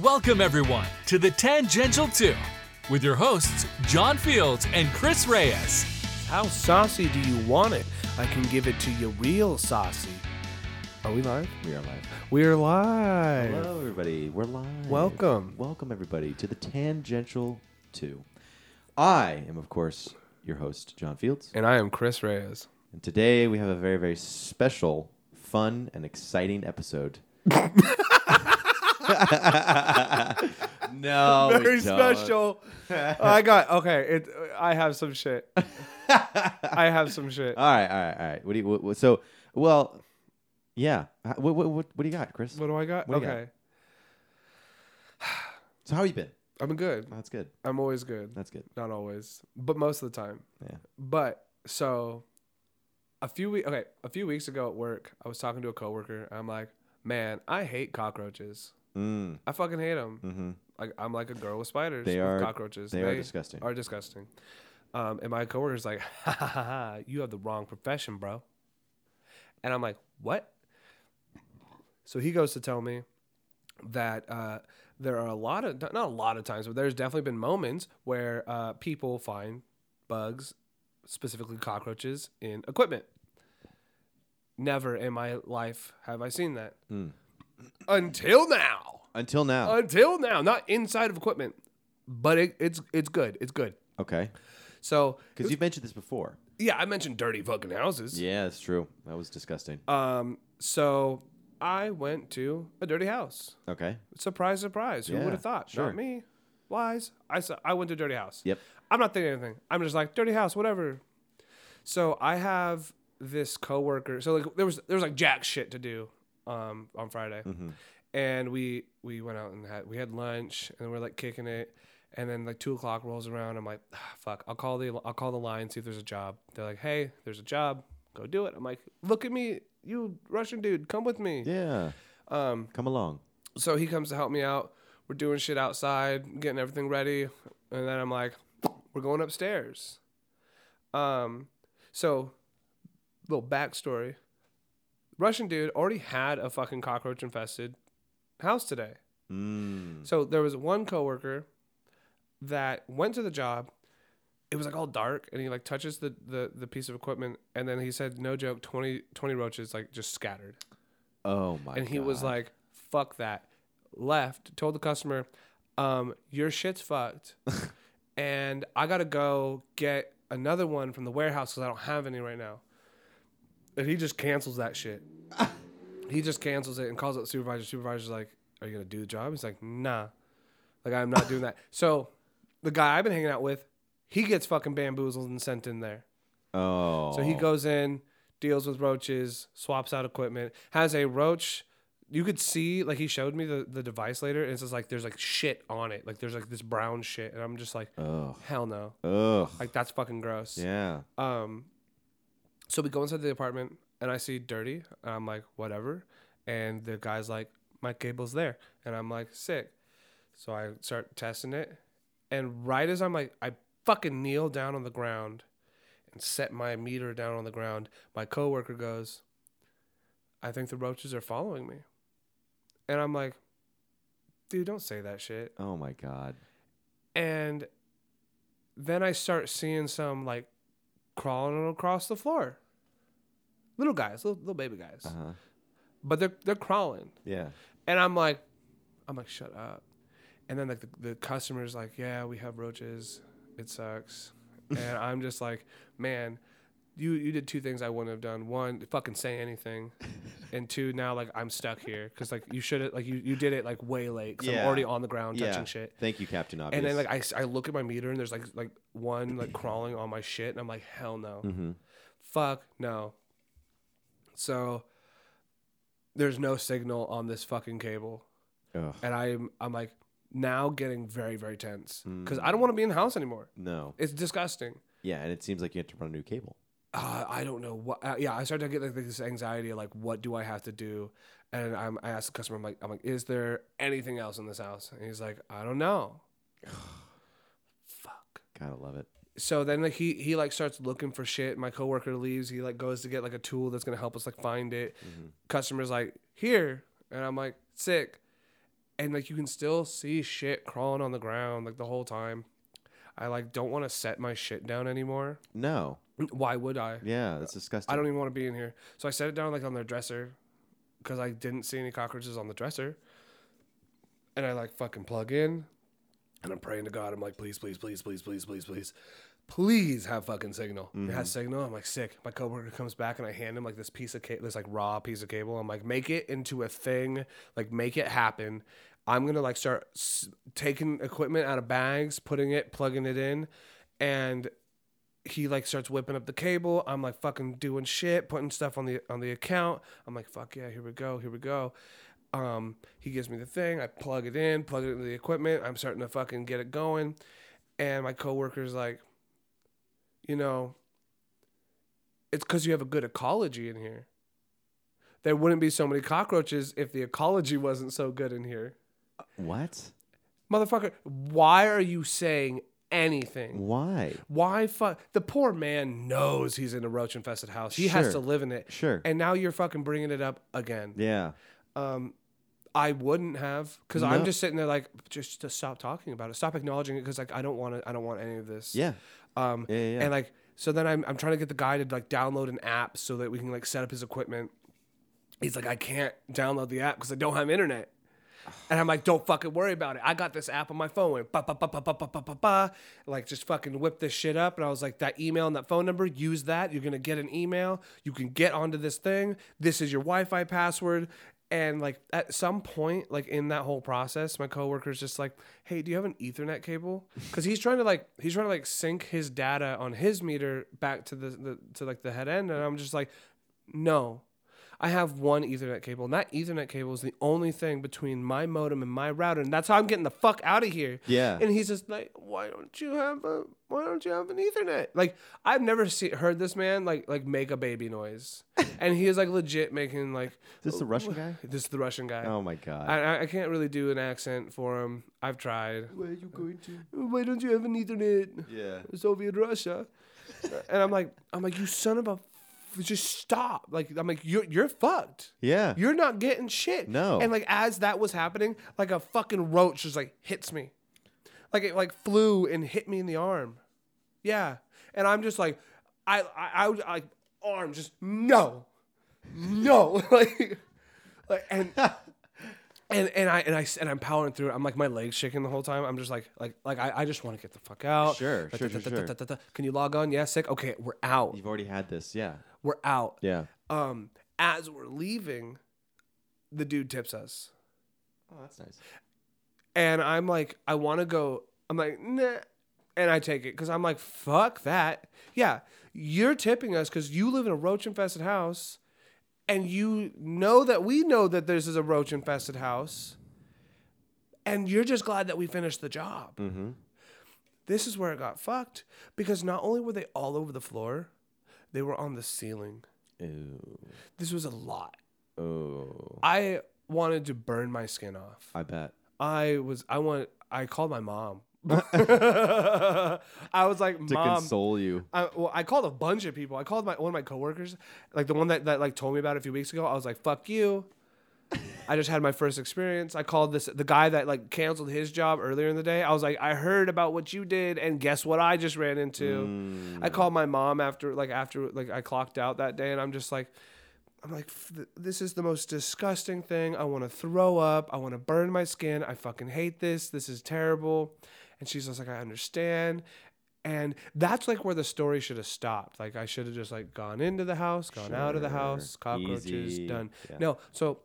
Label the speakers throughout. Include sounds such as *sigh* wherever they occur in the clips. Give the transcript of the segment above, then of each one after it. Speaker 1: Welcome, everyone, to the Tangential 2 with your hosts, John Fields and Chris Reyes.
Speaker 2: How saucy do you want it? I can give it to you real saucy. Are we live?
Speaker 3: We are live.
Speaker 2: We're live.
Speaker 3: Hello, everybody. We're live.
Speaker 2: Welcome.
Speaker 3: Welcome, everybody, to the Tangential 2. I am, of course, your host, John Fields.
Speaker 2: And I am Chris Reyes.
Speaker 3: And today we have a very, very special, fun, and
Speaker 2: *laughs*
Speaker 3: exciting episode. no. we
Speaker 2: Very
Speaker 3: don't.
Speaker 2: special. I got okay. It. I have some
Speaker 3: *laughs*
Speaker 2: shit. I have some shit.
Speaker 3: All right, all right, all right. What do you, what, what- so, well, yeah. How- What, what, what, what do you got, Chris?
Speaker 2: What do I got?
Speaker 3: What do you
Speaker 2: okay.
Speaker 3: So, how you been?
Speaker 2: I'm good.
Speaker 3: Oh, that's good.
Speaker 2: I'm always good.
Speaker 3: That's good.
Speaker 2: Not always, but most of the time.
Speaker 3: Yeah.
Speaker 2: But so a few weeks okay, a few weeks ago at work, I was talking to a coworker. I'm like, "Man, I hate cockroaches.
Speaker 3: Mm,
Speaker 2: I fucking hate them."
Speaker 3: mm-hmm.
Speaker 2: like I'm like a girl with spiders.
Speaker 3: They
Speaker 2: with
Speaker 3: are-
Speaker 2: cockroaches.
Speaker 3: they are disgusting.
Speaker 2: Are disgusting. Um, and my coworker's like, *laughs* ha, ha, ha, ha, you have the wrong profession, bro. And I'm like, what? So he goes to tell me that uh, there are a lot of not a lot of times, but there's definitely been moments where uh, people find bugs, specifically cockroaches, in equipment. Never in my life have I seen that
Speaker 3: Mm.
Speaker 2: until now
Speaker 3: Until now.
Speaker 2: until now not inside of equipment but it, it's it's good it's good
Speaker 3: okay.
Speaker 2: so
Speaker 3: Because you've mentioned this before.
Speaker 2: yeah i mentioned dirty fucking houses
Speaker 3: Yeah, that's true. That was disgusting.
Speaker 2: um so i went to a dirty house
Speaker 3: Okay.
Speaker 2: surprise surprise who
Speaker 3: Yeah,
Speaker 2: would have thought
Speaker 3: sure.
Speaker 2: not me lies i saw i went to dirty house
Speaker 3: Yep.
Speaker 2: i'm not thinking anything i'm just like dirty house whatever so i have this coworker so like there was there was like jack shit to do um on friday and we we went out and had we had lunch and we're like kicking it and then like two o'clock rolls around i'm like "Ah, fuck i'll call the i'll call the line see if there's a job they're like hey there's a job go do it i'm like look at me you russian dude come with me
Speaker 3: Yeah. Um. Come along.
Speaker 2: so he comes to help me out we're doing shit outside getting everything ready and then i'm like we're going upstairs um so little backstory russian dude already had a fucking cockroach infested house today
Speaker 3: Mm.
Speaker 2: so there was one coworker that went to the job. It was like all dark, and he like touches the the, the piece of equipment, and then he said, "No joke, 20, 20 roaches like just scattered."
Speaker 3: Oh my.
Speaker 2: and he was
Speaker 3: God.
Speaker 2: like, "Fuck that," left. Told the customer, um, "Your shit's
Speaker 3: *laughs*
Speaker 2: fucked," and I gotta go get another one from the warehouse because I don't have any right now. And he just cancels that
Speaker 3: *laughs*
Speaker 2: shit. he just cancels it and calls up the supervisor. Supervisor's like, "Are you gonna do the job?" He's like, "Nah, like I'm not doing that." So the guy I've been hanging out with, he gets fucking bamboozled and sent in there.
Speaker 3: Oh.
Speaker 2: So he goes in, deals with roaches, swaps out equipment, has a roach. You could see, like, he showed me the, the device later, and it's just like there's like shit on it. Like, there's like this brown shit. And I'm just like,
Speaker 3: Ugh.
Speaker 2: hell no.
Speaker 3: Ugh.
Speaker 2: Like, that's fucking gross.
Speaker 3: Yeah.
Speaker 2: Um, so we go inside the apartment, and I see dirty. And I'm like, whatever. And the guy's like, my cable's there. And I'm like, sick. So I start testing it. And right as I'm like, I fucking kneel down on the ground and set my meter down on the ground, my coworker goes, I think the roaches are following me. And I'm like, dude, don't say that shit
Speaker 3: Oh my God.
Speaker 2: and then I start seeing some like crawling across the floor. Little guys, little, little baby guys,
Speaker 3: Uh huh.
Speaker 2: but they're they're crawling,
Speaker 3: Yeah.
Speaker 2: and I'm like, I'm like, shut up. And then like the, the customer's like, yeah, we have roaches, it
Speaker 3: *laughs*
Speaker 2: sucks, and I'm just like, man, you you did two things I wouldn't have done. One, fucking say
Speaker 3: *laughs*
Speaker 2: anything, and two, now like I'm stuck here because like you should have like you you did it like way late because
Speaker 3: Yeah.
Speaker 2: I'm already on the ground touching
Speaker 3: yeah.
Speaker 2: shit.
Speaker 3: Thank you, Captain Obvious.
Speaker 2: And then like I, s- I look at my meter and there's like like one like crawling on my shit and I'm like hell no,
Speaker 3: Mhm.
Speaker 2: fuck no. So there's no signal on this fucking cable,
Speaker 3: Ugh.
Speaker 2: and I'm I'm like now getting very very tense because I don't want to be in the house anymore.
Speaker 3: No.
Speaker 2: It's disgusting.
Speaker 3: Yeah, and it seems like you have to run a new cable.
Speaker 2: Uh, I don't know what. Uh, yeah, I started to get like this anxiety of like what do I have to do, and I'm I asked the customer I'm like I'm like is there anything else in this house? And he's like I don't know. fuck.
Speaker 3: Gotta love it.
Speaker 2: so then like he he like starts looking for shit. My coworker leaves. He like goes to get like a tool that's gonna help us like find it. Customers like here, and I'm like sick. and like you can still see shit crawling on the ground like the whole time. I like don't want to set my shit down anymore.
Speaker 3: No.
Speaker 2: Why would I?
Speaker 3: Yeah, that's disgusting.
Speaker 2: I don't even want to be in here. So I set it down like on their dresser because I didn't see any cockroaches on the dresser. And I like fucking plug in and I'm praying to God. I'm like, please, please, please, please, please, please, please, please have fucking signal. It has signal. I'm like, sick. My coworker comes back and I hand him like this piece of cable, this like raw piece of cable. I'm like, make it into a thing, like make it happen. I'm gonna like start s- taking equipment out of bags, putting it, plugging it in, and he like starts whipping up the cable. I'm like fucking doing shit, putting stuff on the on the account. I'm like, fuck yeah, here we go, here we go. Um, he gives me the thing. I plug it in, plug it into the equipment. I'm starting to fucking get it going, and my coworker's like, you know, it's because you have a good ecology in here. There wouldn't be so many cockroaches if the ecology wasn't so good in here.
Speaker 3: what?
Speaker 2: Motherfucker, why are you saying anything?
Speaker 3: Why?
Speaker 2: Why fuck? The poor man knows he's in a roach infested house. He has
Speaker 3: Sure.
Speaker 2: to live in it.
Speaker 3: Sure.
Speaker 2: And now you're fucking bringing it up again.
Speaker 3: yeah.
Speaker 2: Um, I wouldn't have because I'm
Speaker 3: No.
Speaker 2: just sitting there like, just to stop talking about it, stop acknowledging it because like I don't want to, I don't want any of this.
Speaker 3: Yeah.
Speaker 2: Um,
Speaker 3: Yeah, yeah, yeah.
Speaker 2: and like, so then I'm, I'm trying to get the guy to like download an app so that we can like set up his equipment. He's like, I can't download the app because I don't have internet. And I'm like, don't fucking worry about it. I got this app on my phone. Went ba ba ba ba ba ba ba ba ba. Like just fucking whip this shit up. And I was like, that email and that phone number, use that. You're gonna get an email. You can get onto this thing. This is your Wi-Fi password. And like at some point, like in that whole process, my coworker's just like, hey, do you have an Ethernet cable? Because he's trying to like he's trying to like sync his data on his meter back to the, the to like the head end. And I'm just like, no. I have one Ethernet cable, and that Ethernet cable is the only thing between my modem and my router, and that's how I'm getting the fuck out of here.
Speaker 3: Yeah.
Speaker 2: And he's just like, "Why don't you have a Why don't you have an Ethernet?" Like I've never see, heard this man like like make a baby
Speaker 3: *laughs*
Speaker 2: noise, and he is like legit making like
Speaker 3: Is this the
Speaker 2: *laughs*
Speaker 3: Russian guy?
Speaker 2: this is the Russian guy.
Speaker 3: Oh my god.
Speaker 2: I- I, I can't really do an accent for him. I've tried.
Speaker 3: Where are you going to?
Speaker 2: Why don't you have an Ethernet?
Speaker 3: Yeah.
Speaker 2: Soviet Russia. and I'm like, I'm like, you son of a, f- just stop. Like, I'm like, you're you're fucked.
Speaker 3: Yeah.
Speaker 2: *laughs* You're not getting shit.
Speaker 3: No.
Speaker 2: And like as that was happening, like a fucking roach just like hits me. Like it like flew and hit me in the arm. Yeah. And I'm just like, I I, I was like arm just no. No. *laughs* like like
Speaker 3: *laughs*
Speaker 2: and And, and I and I and I'm powering through it. I'm like my legs shaking the whole time. I'm just like like like I, I just want to get the fuck out.
Speaker 3: Sure, sure, sure, sure.
Speaker 2: Da-da-da-da-da-da. Can you log on? Yeah, sick. Okay, we're out.
Speaker 3: You've already had this. Yeah.
Speaker 2: We're out.
Speaker 3: Yeah.
Speaker 2: Um, as we're leaving, the dude tips us,
Speaker 3: Oh, that's nice.
Speaker 2: and I'm like, I want to go. I'm like, nah, and I take it because I'm like, fuck that. Yeah, you're tipping us because you live in a roach infested house, and you know that we know that this is a roach infested house, and you're just glad that we finished the job.
Speaker 3: Mm-hmm.
Speaker 2: This is where it got fucked because not only were they all over the floor, they were on the ceiling.
Speaker 3: Ew.
Speaker 2: This was a lot.
Speaker 3: Oh.
Speaker 2: I wanted to burn my skin off.
Speaker 3: I bet.
Speaker 2: I was I want I called my mom.
Speaker 3: *laughs*
Speaker 2: I was like,
Speaker 3: To
Speaker 2: mom.
Speaker 3: console you.
Speaker 2: I, well, I called a bunch of people. I called my one of my coworkers, like the one that, that like told me about it a few weeks ago. I was like, "Fuck you." I just had my first experience. I called this the guy that like canceled his job earlier in the day. I was like, "I heard about what you did, and guess what? I just ran into." I
Speaker 3: Mm.
Speaker 2: called my mom after like after like I clocked out that day, and I'm just like, I'm like, "F- th- this is the most disgusting thing. I want to throw up. I want to burn my skin. I fucking hate this. This is terrible. And she's just like, I understand. And that's like where the story should have stopped. Like I should have just like gone into the house, gone out of the
Speaker 3: Sure.
Speaker 2: house, cockroaches,
Speaker 3: Easy.
Speaker 2: done.
Speaker 3: Yeah.
Speaker 2: No, so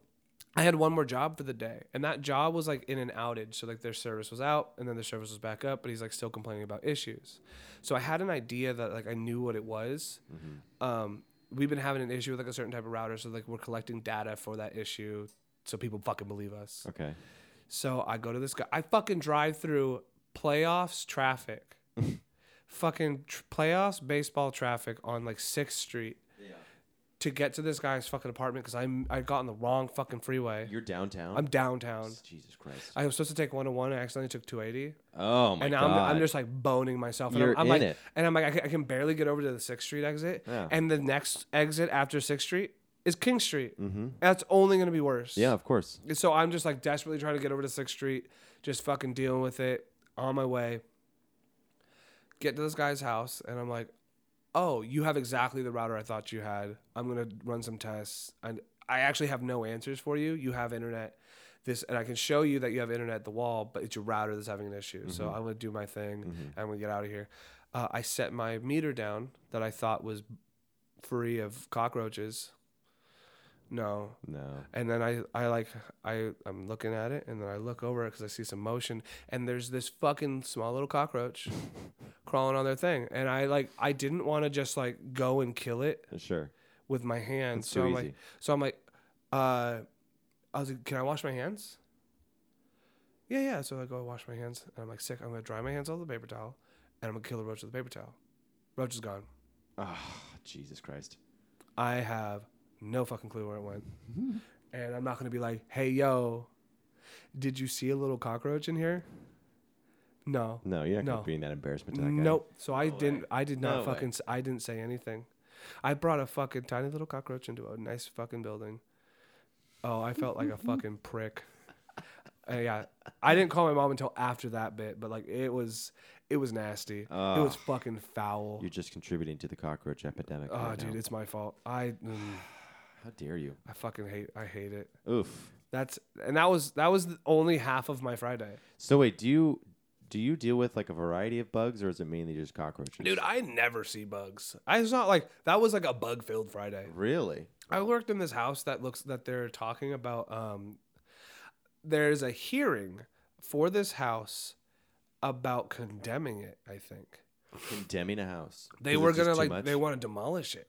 Speaker 2: I had one more job for the day, and that job was like in an outage. So like their service was out, and then their service was back up, but he's like still complaining about issues. So I had an idea that like I knew what it was. Um, we've been having an issue with like a certain type of router, so like we're collecting data for that issue, so people fucking believe us.
Speaker 3: Okay.
Speaker 2: So I go to this guy. I fucking drive through playoffs traffic, fucking tr- playoffs baseball traffic on like Sixth Street. To get to this guy's fucking apartment because I'm I got on the wrong fucking freeway.
Speaker 3: You're downtown.
Speaker 2: I'm downtown.
Speaker 3: Jesus Christ.
Speaker 2: I was supposed to take 101. I accidentally took 280,
Speaker 3: oh my
Speaker 2: and
Speaker 3: god.
Speaker 2: I'm, I'm just like boning myself. And I'm-
Speaker 3: You're
Speaker 2: I'm,
Speaker 3: in
Speaker 2: like,
Speaker 3: it.
Speaker 2: and I'm like, I can, I can barely get over to the Sixth Street exit,
Speaker 3: Yeah.
Speaker 2: and the next exit after Sixth Street is King Street. Mm-hmm. That's only gonna be worse.
Speaker 3: Yeah, of course.
Speaker 2: So I'm just like desperately trying to get over to Sixth Street, just fucking dealing with it on my way. Get to this guy's house, and I'm like, "Oh, you have exactly the router I thought you had. I'm gonna run some tests. And I actually have no answers for you. You have internet, this, and I can show you that you have internet at the wall, but it's your router that's having an issue. So I'm gonna do my thing. I'm gonna get out of here. Uh, I set my meter down that I thought was free of cockroaches. No,
Speaker 3: No.
Speaker 2: and then I, I like I I'm looking at it and then I look over it because I see some motion and there's this fucking small little
Speaker 3: *laughs*
Speaker 2: cockroach crawling on their thing and I like I didn't want to just like go and kill it
Speaker 3: Sure.
Speaker 2: with my hands
Speaker 3: That's
Speaker 2: so
Speaker 3: too
Speaker 2: I'm
Speaker 3: easy.
Speaker 2: like so I'm like uh I was like can I wash my hands yeah yeah so I go wash my hands and I'm like sick I'm gonna dry my hands on the paper towel and I'm gonna kill the roach with the paper towel roach is gone
Speaker 3: Ah, Jesus Christ.
Speaker 2: I have no fucking clue where it went.
Speaker 3: Mm-hmm.
Speaker 2: and I'm not going to be like, hey, yo, did you see a little cockroach in here? No.
Speaker 3: No, you're not
Speaker 2: No.
Speaker 3: gonna be in that embarrassment to that guy.
Speaker 2: Nope. So I didn't. I did
Speaker 3: No
Speaker 2: not
Speaker 3: way.
Speaker 2: fucking. s I didn't say anything. I brought a fucking tiny little cockroach into a nice fucking building. Oh, I felt
Speaker 3: *laughs*
Speaker 2: like a fucking prick. Uh, yeah, I didn't call my mom until after that bit, but like it was, it was nasty. it was fucking foul.
Speaker 3: You're just contributing to the cockroach epidemic.
Speaker 2: Oh,
Speaker 3: right now.
Speaker 2: dude, it's my fault. I, mm,
Speaker 3: How dare you?
Speaker 2: I fucking hate. I hate it.
Speaker 3: Oof.
Speaker 2: That's and that was that was the only half of my Friday.
Speaker 3: So wait, do you do you deal with like a variety of bugs, or is it mainly just cockroaches?
Speaker 2: Dude, I never see bugs. I was not like that was like a bug filled Friday.
Speaker 3: really?
Speaker 2: I worked in this house that looks that they're talking about um there's a hearing for this house about condemning it, I think.
Speaker 3: Condemning a house.
Speaker 2: They
Speaker 3: Is it
Speaker 2: were
Speaker 3: just
Speaker 2: gonna
Speaker 3: too
Speaker 2: like
Speaker 3: much?
Speaker 2: they want to demolish it.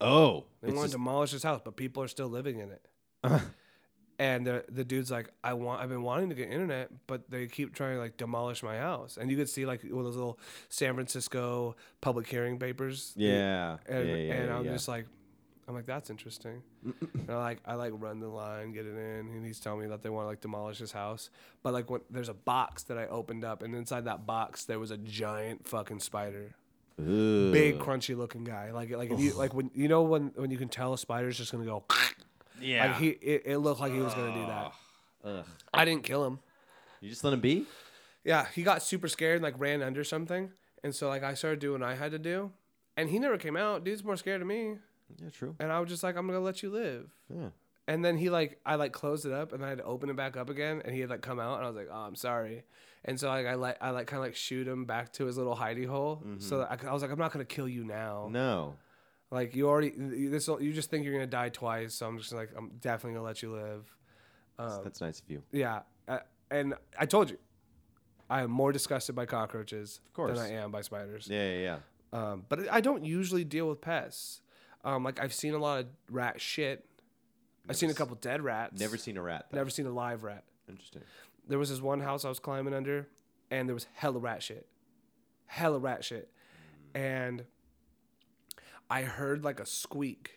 Speaker 3: Oh,
Speaker 2: They want
Speaker 3: it's just- Uh-huh.
Speaker 2: to demolish this house, but people are still living in it. and the the dude's like, I want, I've been wanting to get internet, but they keep trying to like demolish my house. And you could see like one of those little San Francisco public hearing papers.
Speaker 3: yeah,
Speaker 2: And,
Speaker 3: yeah, yeah,
Speaker 2: and
Speaker 3: yeah,
Speaker 2: I'm
Speaker 3: yeah.
Speaker 2: just like, I'm like, that's
Speaker 3: *clears throat*
Speaker 2: interesting. and I like, I like run the line, get it in, and he's telling me that they want to like demolish his house. But like, when, there's a box that I opened up, and inside that box there was a giant fucking spider
Speaker 3: Ugh.
Speaker 2: big crunchy looking guy like like if you, like when you know when when you can tell a spider's just gonna go
Speaker 3: Yeah.
Speaker 2: like he it, it looked like he was gonna do that
Speaker 3: Ugh.
Speaker 2: i didn't kill him
Speaker 3: You just let him be.
Speaker 2: yeah he got super scared and like ran under something and so like i started doing what i had to do and he never came out dude's more scared of me
Speaker 3: Yeah, true.
Speaker 2: and i was just like i'm gonna let you live
Speaker 3: Yeah.
Speaker 2: and then he like i like closed it up and i had to open it back up again and he had like come out and i was like oh i'm sorry and so like i like i like kind of like shoot him back to his little hidey hole
Speaker 3: Mm-hmm.
Speaker 2: so that I, I was like i'm not gonna kill you now
Speaker 3: No.
Speaker 2: Like you already, this you just think you're gonna die twice. So I'm just like, I'm definitely gonna let you live. Um,
Speaker 3: That's nice of you.
Speaker 2: Yeah, uh, and I told you, I am more disgusted by cockroaches than
Speaker 3: course.
Speaker 2: I am by spiders.
Speaker 3: Yeah, yeah, yeah.
Speaker 2: Um, but I don't usually deal with pests. Um, like I've seen a lot of rat shit. I've seen a couple dead rats.
Speaker 3: Never seen a rat. Though.
Speaker 2: never seen a live rat.
Speaker 3: Interesting.
Speaker 2: There was this one house I was climbing under, and there was hella rat shit, hella rat shit, and I heard like a squeak,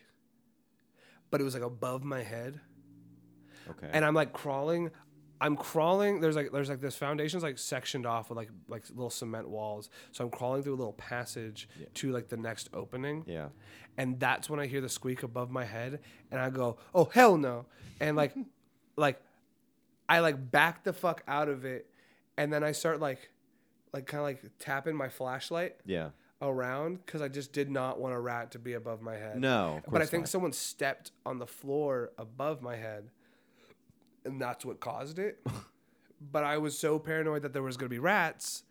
Speaker 2: but it was like above my head,
Speaker 3: Okay.
Speaker 2: and I'm like crawling, I'm crawling. There's like there's like this foundation's like sectioned off with like like little cement walls, so I'm crawling through a little passage to like the next opening,
Speaker 3: yeah.
Speaker 2: and that's when I hear the squeak above my head, and I go, "Oh hell no!" And
Speaker 3: *laughs*
Speaker 2: like, like, I like back the fuck out of it, and then I start like, like kind of like tapping my flashlight
Speaker 3: Yeah.
Speaker 2: around because I just did not want a rat to be above my head.
Speaker 3: No. Of
Speaker 2: but I
Speaker 3: course
Speaker 2: think
Speaker 3: not.
Speaker 2: someone stepped on the floor above my head, and that's what caused it.
Speaker 3: *laughs*
Speaker 2: but I was so paranoid that there was gonna be rats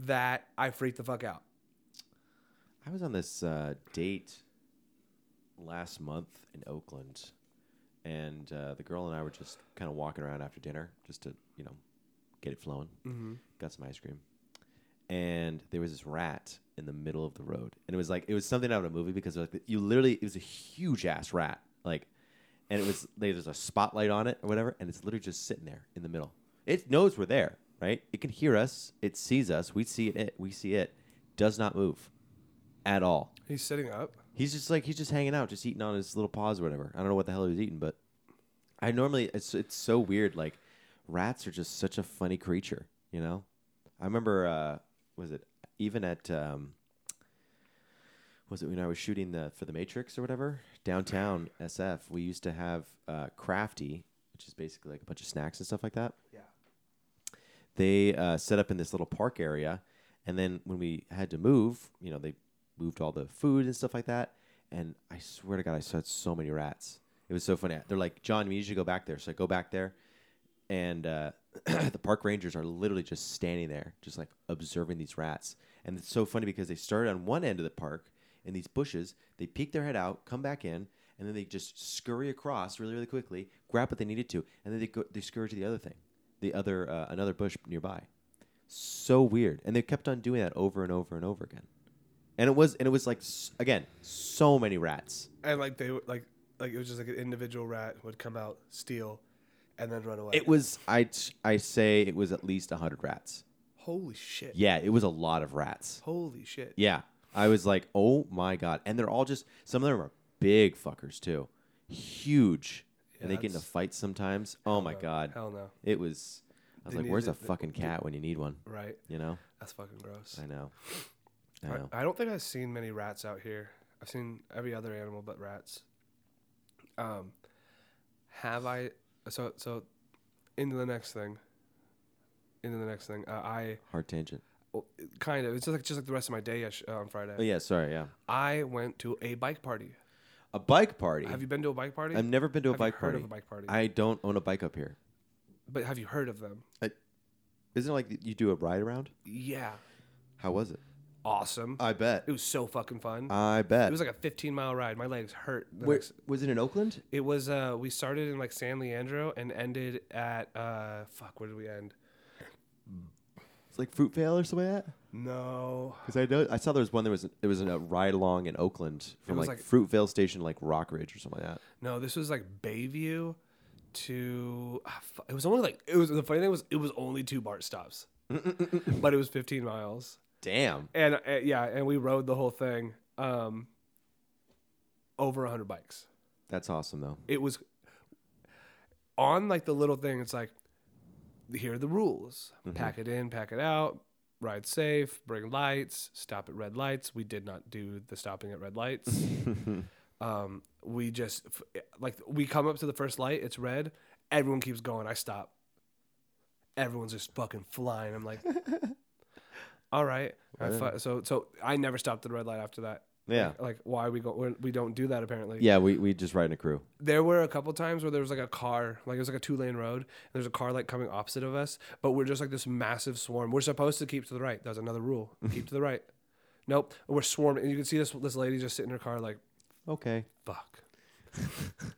Speaker 2: that I freaked the fuck out.
Speaker 3: I was on this uh, date last month in Oakland, and uh, the girl and I were just kind of walking around after dinner, just to you know get it flowing. Mm-hmm. Got some ice cream, and there was this rat in the middle of the road, and it was like it was something out of a movie because like you literally it was a huge ass rat, like, and it was like, there's a spotlight on it or whatever, and it's literally just sitting there in the middle. It knows we're there, right? It can hear us, it sees us, we see it, we see it, does not move at all.
Speaker 2: He's sitting up.
Speaker 3: He's just like he's just hanging out, just eating on his little paws or whatever. I don't know what the hell he was eating, but I normally it's it's so weird. Like rats are just such a funny creature, you know. I remember uh, was it even at um, was it when I was shooting the for the Matrix or whatever downtown SF. We used to have uh, Crafty, which is basically like a bunch of snacks and stuff like that. Yeah. They uh, set up in this little park area, and then when we had to move, you know, they moved all the food and stuff like that. And I swear to God, I saw so many rats. It was so funny. They're like, John, we need you to go back there. So I go back there, and uh, *clears throat* the park rangers are literally just standing there, just like observing these rats. And it's so funny because they started on one end of the park in these bushes, they peek their head out, come back in, and then they just scurry across really, really quickly, grab what they needed to, and then they go, they scurry to the other thing, the other uh, another bush nearby. So weird, and they kept on doing that over and over and over again. And it was and it was like s- again so many rats.
Speaker 2: and like they would like like it was just like an individual rat would come out, steal, and then run away.
Speaker 3: It was I I say it was at least hundred rats.
Speaker 2: holy shit.
Speaker 3: Yeah, it was a lot of rats.
Speaker 2: Holy shit.
Speaker 3: Yeah. I was like, oh my God. And they're all just, some of them are big fuckers too. Huge. and they get into
Speaker 2: that's-
Speaker 3: fights sometimes. Oh my
Speaker 2: No,
Speaker 3: God.
Speaker 2: Hell no.
Speaker 3: It was, I was
Speaker 2: They
Speaker 3: like,
Speaker 2: need
Speaker 3: where's
Speaker 2: to-
Speaker 3: a fucking cat when you need one?
Speaker 2: Right.
Speaker 3: You know?
Speaker 2: That's fucking gross.
Speaker 3: I know. I know.
Speaker 2: I, I don't think I've seen many rats out here. I've seen every other animal but rats. Um, have I? So so, into the next thing. Into the next thing. Uh, I
Speaker 3: Hard tangent.
Speaker 2: well, it- kind of. It's just like just like the rest of my day yes- uh, on Friday.
Speaker 3: Oh, yeah. Sorry. Yeah.
Speaker 2: I went to a bike party.
Speaker 3: A bike party.
Speaker 2: Have you been to a bike party?
Speaker 3: I've never been to a
Speaker 2: Have you
Speaker 3: bike,
Speaker 2: heard
Speaker 3: party.
Speaker 2: of a bike party?
Speaker 3: I don't own a bike up here.
Speaker 2: but have you heard of them?
Speaker 3: Isn't it like you do a ride around?
Speaker 2: Yeah. Uh,
Speaker 3: How was it?
Speaker 2: Awesome.
Speaker 3: I bet.
Speaker 2: it was so fucking fun.
Speaker 3: I bet.
Speaker 2: it was like a 15 mile ride. My legs hurt. the
Speaker 3: Where-
Speaker 2: next-
Speaker 3: was it in Oakland?
Speaker 2: It was uh we started in like San Leandro and ended at uh fuck where did we end?
Speaker 3: It's like Fruitvale or something like that?
Speaker 2: No.
Speaker 3: Because I know I saw there was one there was there was a ride along in Oakland from
Speaker 2: was
Speaker 3: like,
Speaker 2: like-
Speaker 3: Fruitvale Station to, like Rockridge or something like that.
Speaker 2: No, this was like Bayview to ah, fu- it was only like it was the funny thing was it was only two BART stops. but it was 15 miles.
Speaker 3: Damn,
Speaker 2: And uh, yeah, and we rode the whole thing um over 100 bikes.
Speaker 3: that's awesome though.
Speaker 2: it was on like the little thing. It's like, here are the rules: pack it in, pack it out, ride safe, bring lights, stop at red lights. We did not do the stopping at red lights. um, we just f- like we come up to the first light, it's red. Everyone keeps going. I stop. Everyone's just fucking flying. I'm like, all right. I fu- so so I never stopped at the red light after that.
Speaker 3: Yeah,
Speaker 2: Like, oh. why we go? we're- We don't do that apparently
Speaker 3: yeah. We we just ride in a crew.
Speaker 2: there were a couple times where there was like a car, like it was like a two lane road, and there's a car like coming opposite of us, but we're just like this massive swarm. We're supposed to keep to the right. That was another
Speaker 3: *laughs*
Speaker 2: rule. keep to the right. Nope. We're swarming. And you can see this this lady just sitting in her car like,
Speaker 3: Okay, *laughs*
Speaker 2: fuck.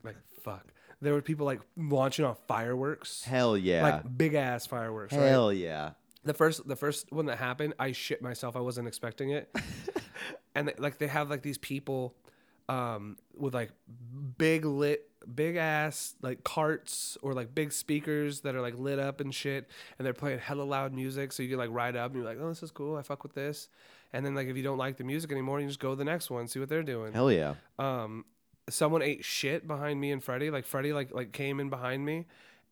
Speaker 2: like, fuck. There were people like launching off fireworks.
Speaker 3: hell yeah,
Speaker 2: Like big ass fireworks, right?
Speaker 3: hell yeah.
Speaker 2: the first the first one that happened i shit myself i wasn't expecting it and they, like they have like these people um with like big lit big ass like carts or like big speakers that are like lit up and shit and they're playing hella loud music so you can like ride up and you're like oh this is cool i fuck with this and then like if you don't like the music anymore you just go to the next one see what they're doing
Speaker 3: Hell yeah.
Speaker 2: um someone ate shit behind me and Freddie. Like Freddie like like came in behind me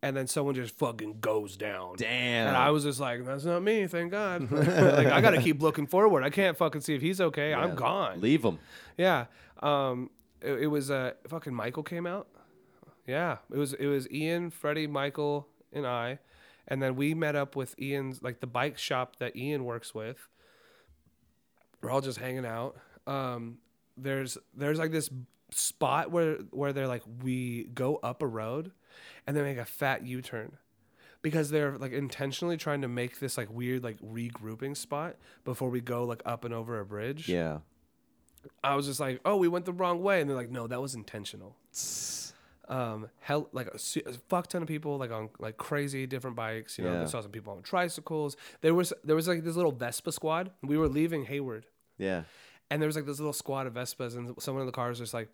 Speaker 2: and then someone just fucking goes down.
Speaker 3: Damn.
Speaker 2: And I was just like, that's not me, thank God. *laughs* like I gotta keep looking forward. I can't fucking see if he's okay. I'm gone.
Speaker 3: Leave them.
Speaker 2: Yeah. Um it, it was uh fucking Michael came out. Yeah. It was it was Ian, Freddie, Michael, and I. And then we met up with Ian's like the bike shop that Ian works with. We're all just hanging out. Um there's there's like this spot where where they're like we go up a road and they make a fat U-turn. Because they're like intentionally trying to make this like weird like regrouping spot before we go like up and over a bridge.
Speaker 3: Yeah.
Speaker 2: I was just like, oh, we went the wrong way, and they're like, no, that was intentional. Um, hell, like a, su- a fuck ton of people, like on like crazy different bikes. You know,
Speaker 3: Yeah.
Speaker 2: I saw some people on tricycles. There was there was like this little Vespa squad. We were leaving Hayward,
Speaker 3: Yeah.
Speaker 2: and there was like this little squad of Vespas, and someone in the car was just like,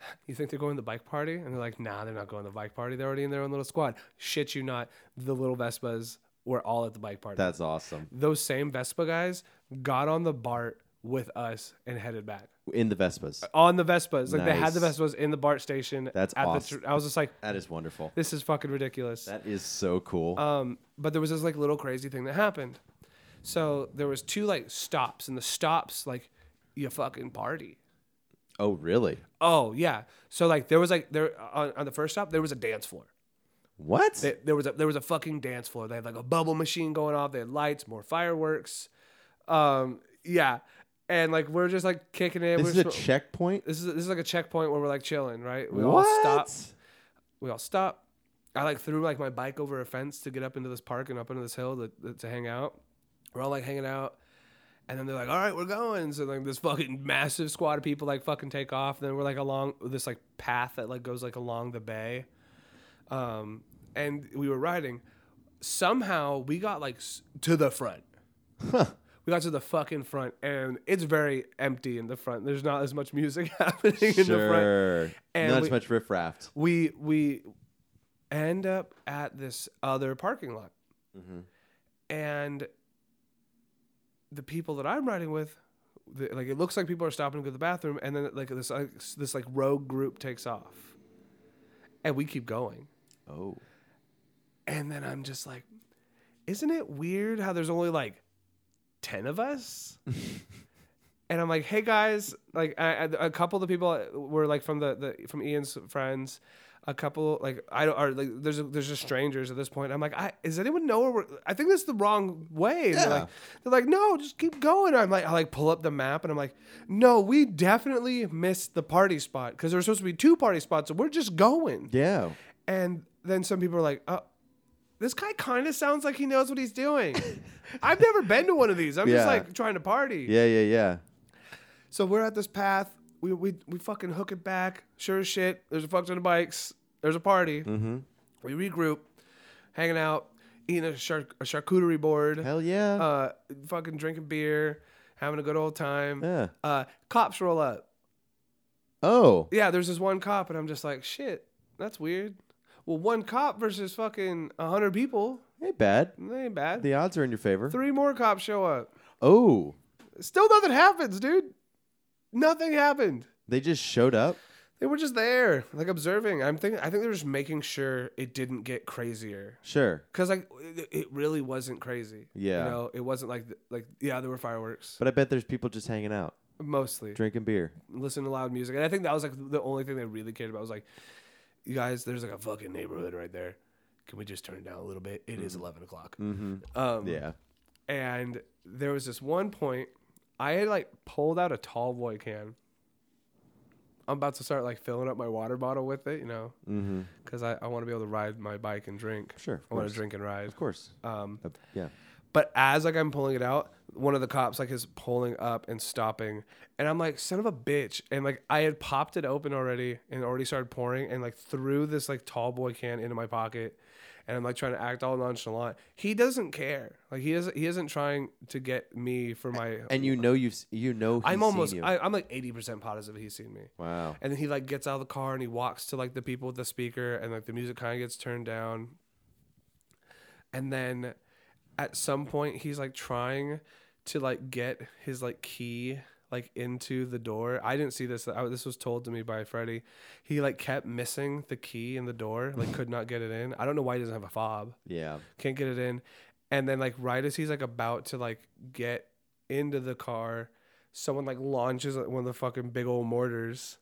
Speaker 2: *sighs* "You think they're going to the bike party?" And they're like, "Nah, they're not going to the bike party. They're already in their own little squad." Shit, you not, the little Vespas were all at the bike party.
Speaker 3: That's awesome.
Speaker 2: Those same Vespa guys got on the BART with us and headed back
Speaker 3: In the Vespas.
Speaker 2: on the Vespas. Like they had the
Speaker 3: Nice.
Speaker 2: Vespas in the BART station.
Speaker 3: That's
Speaker 2: at
Speaker 3: awesome.
Speaker 2: The tr- I was just like,
Speaker 3: That is wonderful.
Speaker 2: this is fucking ridiculous.
Speaker 3: That is so cool.
Speaker 2: Um, but there was this like little crazy thing that happened. So there was two like stops, and the stops like you fucking party.
Speaker 3: Oh, really?
Speaker 2: Oh yeah. So like there was like there on, on the first stop there was a dance floor.
Speaker 3: What?
Speaker 2: They, there was a there was a fucking dance floor. They had like a bubble machine going off. They had lights, more fireworks. Um, yeah, and like we're just like kicking it.
Speaker 3: this
Speaker 2: we're
Speaker 3: is a
Speaker 2: smo-
Speaker 3: checkpoint.
Speaker 2: this is this is like a checkpoint where we're like chilling, right? We
Speaker 3: what?
Speaker 2: all stop. We all stop. I like threw like my bike over a fence to get up into this park and up into this hill to, to hang out. We're all like hanging out. And then they're like, all right, we're going. So like this fucking massive squad of people like fucking take off. And then we're like along this like path that like goes like along the bay. Um, and we were riding. Somehow we got like s- to the front. We got to the fucking front, and it's very empty in the front. There's not as much music *laughs* happening in the front.
Speaker 3: Sure.
Speaker 2: and
Speaker 3: Not
Speaker 2: we-
Speaker 3: as much riffraff.
Speaker 2: We we end up at this other parking lot, and the people that I'm riding with, the, like it looks like people are stopping to go to the bathroom, and then like this like, s- this like rogue group takes off, and we keep going.
Speaker 3: Oh.
Speaker 2: And then I'm just like, isn't it weird how there's only like 10 of us? and I'm like, hey guys, like I, I- a couple of the people were like from the, the from Ian's friends. A couple like I don't are like there's a, there's just strangers at this point. I'm like, I is anyone know where we're? I think this is the wrong way. And They're
Speaker 3: Yeah.
Speaker 2: like, they're like, no, just keep going. I'm like, I like pull up the map and I'm like, no, we definitely missed the party spot because there's supposed to be two party spots. So we're just going.
Speaker 3: Yeah.
Speaker 2: And then some people are like, oh, this guy kind of sounds like he knows what he's
Speaker 3: *laughs*
Speaker 2: doing. I've never been to one of these. I'm
Speaker 3: Yeah.
Speaker 2: just like trying to party.
Speaker 3: Yeah, yeah, yeah.
Speaker 2: So we're at this path. We, we, we fucking hook it back. Sure as shit. There's a fuck ton of bikes. There's a party. Mm-hmm. We regroup, hanging out, eating a, char- a charcuterie board,
Speaker 3: Hell yeah.
Speaker 2: uh, fucking drinking beer, having a good old time.
Speaker 3: Yeah.
Speaker 2: Uh, cops roll up.
Speaker 3: oh.
Speaker 2: Yeah, there's this one cop, and I'm just like, shit, that's weird. Well, one cop versus fucking 100 people.
Speaker 3: Hey, bad.
Speaker 2: That ain't bad.
Speaker 3: The odds are in your favor.
Speaker 2: Three more cops show up.
Speaker 3: Oh.
Speaker 2: Still nothing happens, dude. Nothing happened.
Speaker 3: They just showed up.
Speaker 2: They were just there, like observing. I'm thinking, I think they were just making sure it didn't get crazier.
Speaker 3: Sure.
Speaker 2: Cause like it- it really wasn't crazy.
Speaker 3: Yeah.
Speaker 2: you know, it wasn't like th- like yeah, there were fireworks
Speaker 3: But I bet there's people just hanging out,
Speaker 2: mostly.
Speaker 3: drinking beer.
Speaker 2: Listen to loud music, and I think that was like the only thing they really cared about was like, you guys, there's like a fucking neighborhood right there. Can we just turn it down a little bit? It is
Speaker 3: Mm-hmm.
Speaker 2: eleven o'clock. Um,
Speaker 3: Yeah.
Speaker 2: and there was this one point I had like pulled out a tall boy can. I'm about to start like filling up my water bottle with it, you know, because I, I want to be able to ride my bike and drink.
Speaker 3: Mm-hmm. Sure, of
Speaker 2: I want
Speaker 3: course.
Speaker 2: to drink and ride.
Speaker 3: Of course.
Speaker 2: Um,
Speaker 3: Uh, yeah.
Speaker 2: but as like I'm pulling it out, one of the cops like is pulling up and stopping, and I'm like, son of a bitch, and like I had popped it open already and already started pouring, and like threw this like tall boy can into my pocket, and I'm like trying to act all nonchalant. He doesn't care. Like he isn't. He isn't trying to get me for my.
Speaker 3: And you know you've s- you know he's
Speaker 2: I'm
Speaker 3: seen
Speaker 2: almost.
Speaker 3: you.
Speaker 2: I, I'm like 80 percent positive he's seen me.
Speaker 3: wow.
Speaker 2: And then he like gets out of the car and he walks to like the people with the speaker and like the music kind of gets turned down. And then at some point he's like trying to like get his like key like into the door. I didn't see this. I, this was told to me by Freddie. He like kept missing the key in the door, like could not get it in. I don't know why he doesn't have a fob
Speaker 3: Yeah.
Speaker 2: can't get it in and then like right as he's like about to like get into the car someone like launches one of the fucking big old mortars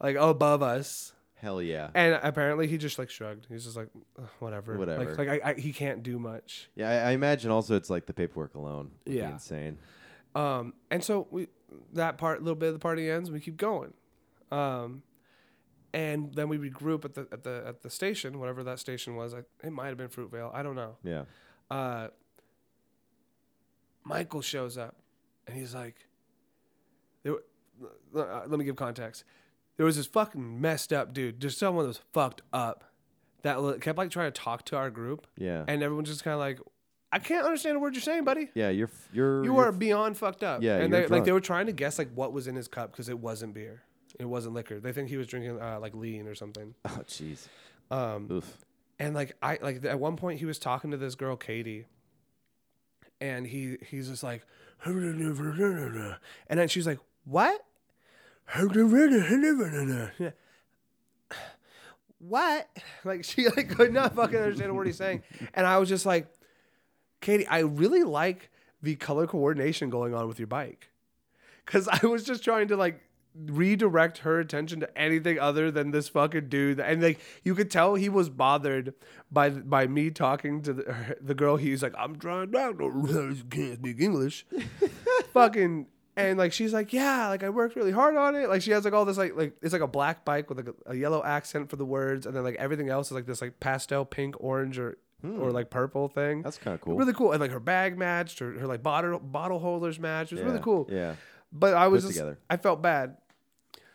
Speaker 2: like above us
Speaker 3: Hell yeah.
Speaker 2: and apparently he just like shrugged he's just like "Ugh, whatever
Speaker 3: Whatever.
Speaker 2: like, like I, I, he can't do much
Speaker 3: Yeah. I, I imagine also it's like the paperwork alone. would be
Speaker 2: Yeah.
Speaker 3: insane.
Speaker 2: um and so we that part little bit of the party ends and we keep going um and then we regroup at the at the at the station whatever that station was I, it might have been fruitvale i don't know
Speaker 3: Yeah.
Speaker 2: uh, Michael shows up and he's like, there, were- l- l- uh, let me give context. There was this fucking messed up dude, just someone that was fucked up that li- kept like trying to talk to our group.
Speaker 3: Yeah.
Speaker 2: And everyone's just kind of like, I can't understand a word you're saying, buddy.
Speaker 3: yeah. You're f- you're
Speaker 2: You
Speaker 3: you're
Speaker 2: are beyond fucked up.
Speaker 3: Yeah,
Speaker 2: And
Speaker 3: you're
Speaker 2: they, like
Speaker 3: drunk.
Speaker 2: they were trying to guess like what was in his cup because it wasn't beer. It wasn't liquor. They think he was drinking uh, like lean or something.
Speaker 3: *laughs* Oh jeez.
Speaker 2: Um,
Speaker 3: Oof.
Speaker 2: and like I like at one point he was talking to this girl Katie, and he he's just like, and then she's like, what? What? Like she like could not fucking understand what he's saying, and I was just like, Katie, I really like the color coordination going on with your bike, because I was just trying to like redirect her attention to anything other than this fucking dude. And like you could tell he was bothered by by me talking to the, her, the girl. He's like, I'm trying out. Can't speak
Speaker 3: *laughs*
Speaker 2: English. fucking. And like she's like, yeah, like I worked really hard on it. Like she has like all this like like it's like a black bike with like a, a yellow accent for the words, and then like everything else is like this like pastel pink, orange, or or like purple thing.
Speaker 3: Hmm. That's kinda cool.
Speaker 2: Really cool. And like her bag matched, her, her like bottle bottle holders matched. It was really
Speaker 3: Yeah,
Speaker 2: cool.
Speaker 3: Yeah.
Speaker 2: But I was
Speaker 3: Put
Speaker 2: just,
Speaker 3: together.
Speaker 2: I felt bad.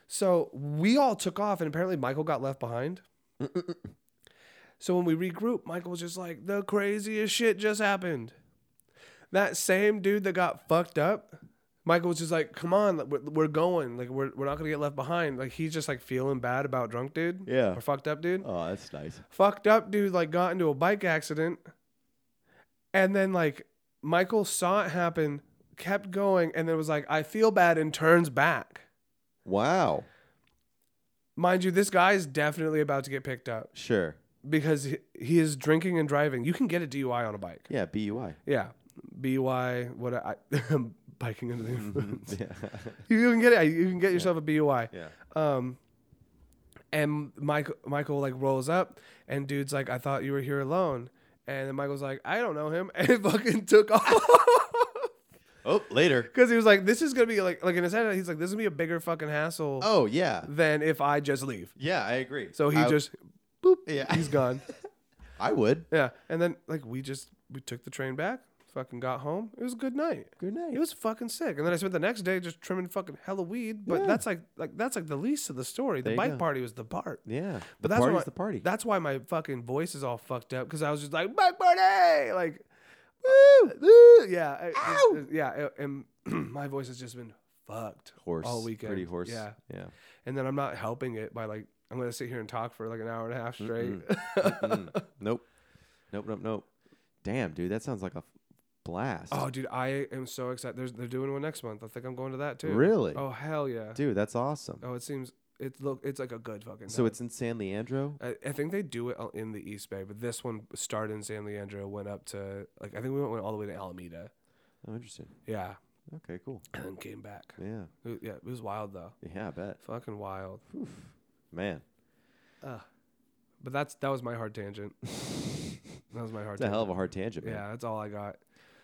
Speaker 2: So we all took off, and apparently Michael got left
Speaker 3: *laughs*
Speaker 2: behind. so when we regrouped, Michael was just like, the craziest shit just happened. That same dude that got fucked up, Michael was just like, come on, like, we're, we're going. Like, we're, we're not going to get left behind. Like, he's just like feeling bad about drunk dude.
Speaker 3: Yeah.
Speaker 2: Or fucked up dude
Speaker 3: Oh, that's nice.
Speaker 2: fucked up dude like got into a bike accident and then like michael saw it happen kept going and then was like i feel bad and turns back
Speaker 3: Wow.
Speaker 2: mind you this guy is definitely about to get picked up
Speaker 3: Sure.
Speaker 2: because he, he is drinking and driving you can get a dui on a bike
Speaker 3: Yeah. BUI.
Speaker 2: yeah by what i *laughs* biking under the influence
Speaker 3: *laughs* yeah.
Speaker 2: you can get it you can get yourself a bui
Speaker 3: yeah.
Speaker 2: Um, and Michael Michael like rolls up, and dude's like, "I thought you were here alone," and then Michael's like, "I don't know him," *laughs* and fucking took off *laughs*
Speaker 3: Oh, later.
Speaker 2: because he was like, "This is gonna be like like in his head, he's like, this is gonna be a bigger fucking hassle
Speaker 3: Oh, yeah.
Speaker 2: than if I just leave."
Speaker 3: Yeah, I agree.
Speaker 2: So he
Speaker 3: I-
Speaker 2: just boop,
Speaker 3: Yeah.
Speaker 2: he's
Speaker 3: *laughs*
Speaker 2: gone.
Speaker 3: I would.
Speaker 2: yeah, and then like we just we took the train back, fucking got home. It was a good night.
Speaker 3: Good night.
Speaker 2: It was fucking sick, and then I spent the next day just trimming fucking hella weed. But
Speaker 3: Yeah.
Speaker 2: that's like, like that's like the least of the story. The
Speaker 3: There you
Speaker 2: bike
Speaker 3: go.
Speaker 2: party was the part.
Speaker 3: yeah.
Speaker 2: But
Speaker 3: the
Speaker 2: that's
Speaker 3: party's
Speaker 2: why,
Speaker 3: the party.
Speaker 2: That's why my fucking voice is all fucked up because I was just like, "My party!" Like, woo, woo. Yeah, I- it's-
Speaker 3: Ow!
Speaker 2: it's- yeah, a- and *clears throat* my voice has just been fucked
Speaker 3: horse.
Speaker 2: all weekend.
Speaker 3: Pretty horse.
Speaker 2: Yeah, *laughs*
Speaker 3: Yeah.
Speaker 2: and then I'm not helping it by like I'm gonna sit here and talk for like an hour and a half straight.
Speaker 3: Mm. nope. Nope. Nope. Nope. Damn, dude, that sounds like a blast.
Speaker 2: *laughs* oh, dude, I am so excited. There's, they're doing one next month. I think I'm going to that too.
Speaker 3: really?
Speaker 2: Oh hell yeah!
Speaker 3: Dude, that's awesome.
Speaker 2: Oh, it seems it's look it's like a good fucking.
Speaker 3: So
Speaker 2: time.
Speaker 3: it's in San Leandro.
Speaker 2: I, I think they do it all in the East Bay, but this one started in San Leandro, went up to like I think we went all the way to Alameda.
Speaker 3: Oh, interesting.
Speaker 2: Yeah,
Speaker 3: Okay, cool.
Speaker 2: and then came back.
Speaker 3: Yeah.
Speaker 2: It- yeah, it was wild though.
Speaker 3: Yeah, I bet.
Speaker 2: Fucking wild.
Speaker 3: Man,
Speaker 2: But that's that was my hard
Speaker 3: *laughs*
Speaker 2: tangent. that was my hard
Speaker 3: it's a
Speaker 2: tangent.
Speaker 3: hell of a hard tangent, man.
Speaker 2: Yeah, that's all I got.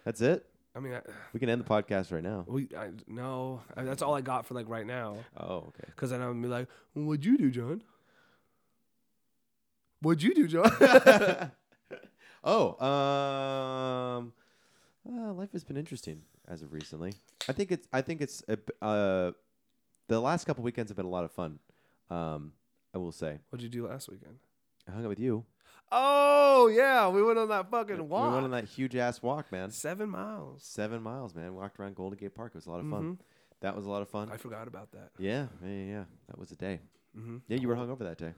Speaker 3: That's it.
Speaker 2: I mean, I,
Speaker 3: We can end the podcast right now.
Speaker 2: we I, no, I, that's all I got for like right now.
Speaker 3: Oh, okay.
Speaker 2: Because then I'm gonna be like, well, "What'd you do, John? What'd you do,
Speaker 3: *laughs*
Speaker 2: John?" *laughs*
Speaker 3: Oh, um, uh, life has been interesting as of recently. I think it's. I think it's. a b- Uh, the last couple weekends have been a lot of fun. Um, I will say,
Speaker 2: What'd you do last weekend?
Speaker 3: I hung out with you.
Speaker 2: Oh yeah, we went on that fucking
Speaker 3: We
Speaker 2: walk.
Speaker 3: went on that huge ass walk, man.
Speaker 2: Seven miles.
Speaker 3: Seven miles, man. Walked around Golden Gate Park. It was a lot of fun.
Speaker 2: Mm-hmm.
Speaker 3: That was a lot of fun.
Speaker 2: I forgot about that.
Speaker 3: yeah, yeah, yeah, yeah. That was a day.
Speaker 2: Mm-hmm.
Speaker 3: Yeah, you were hungover that day.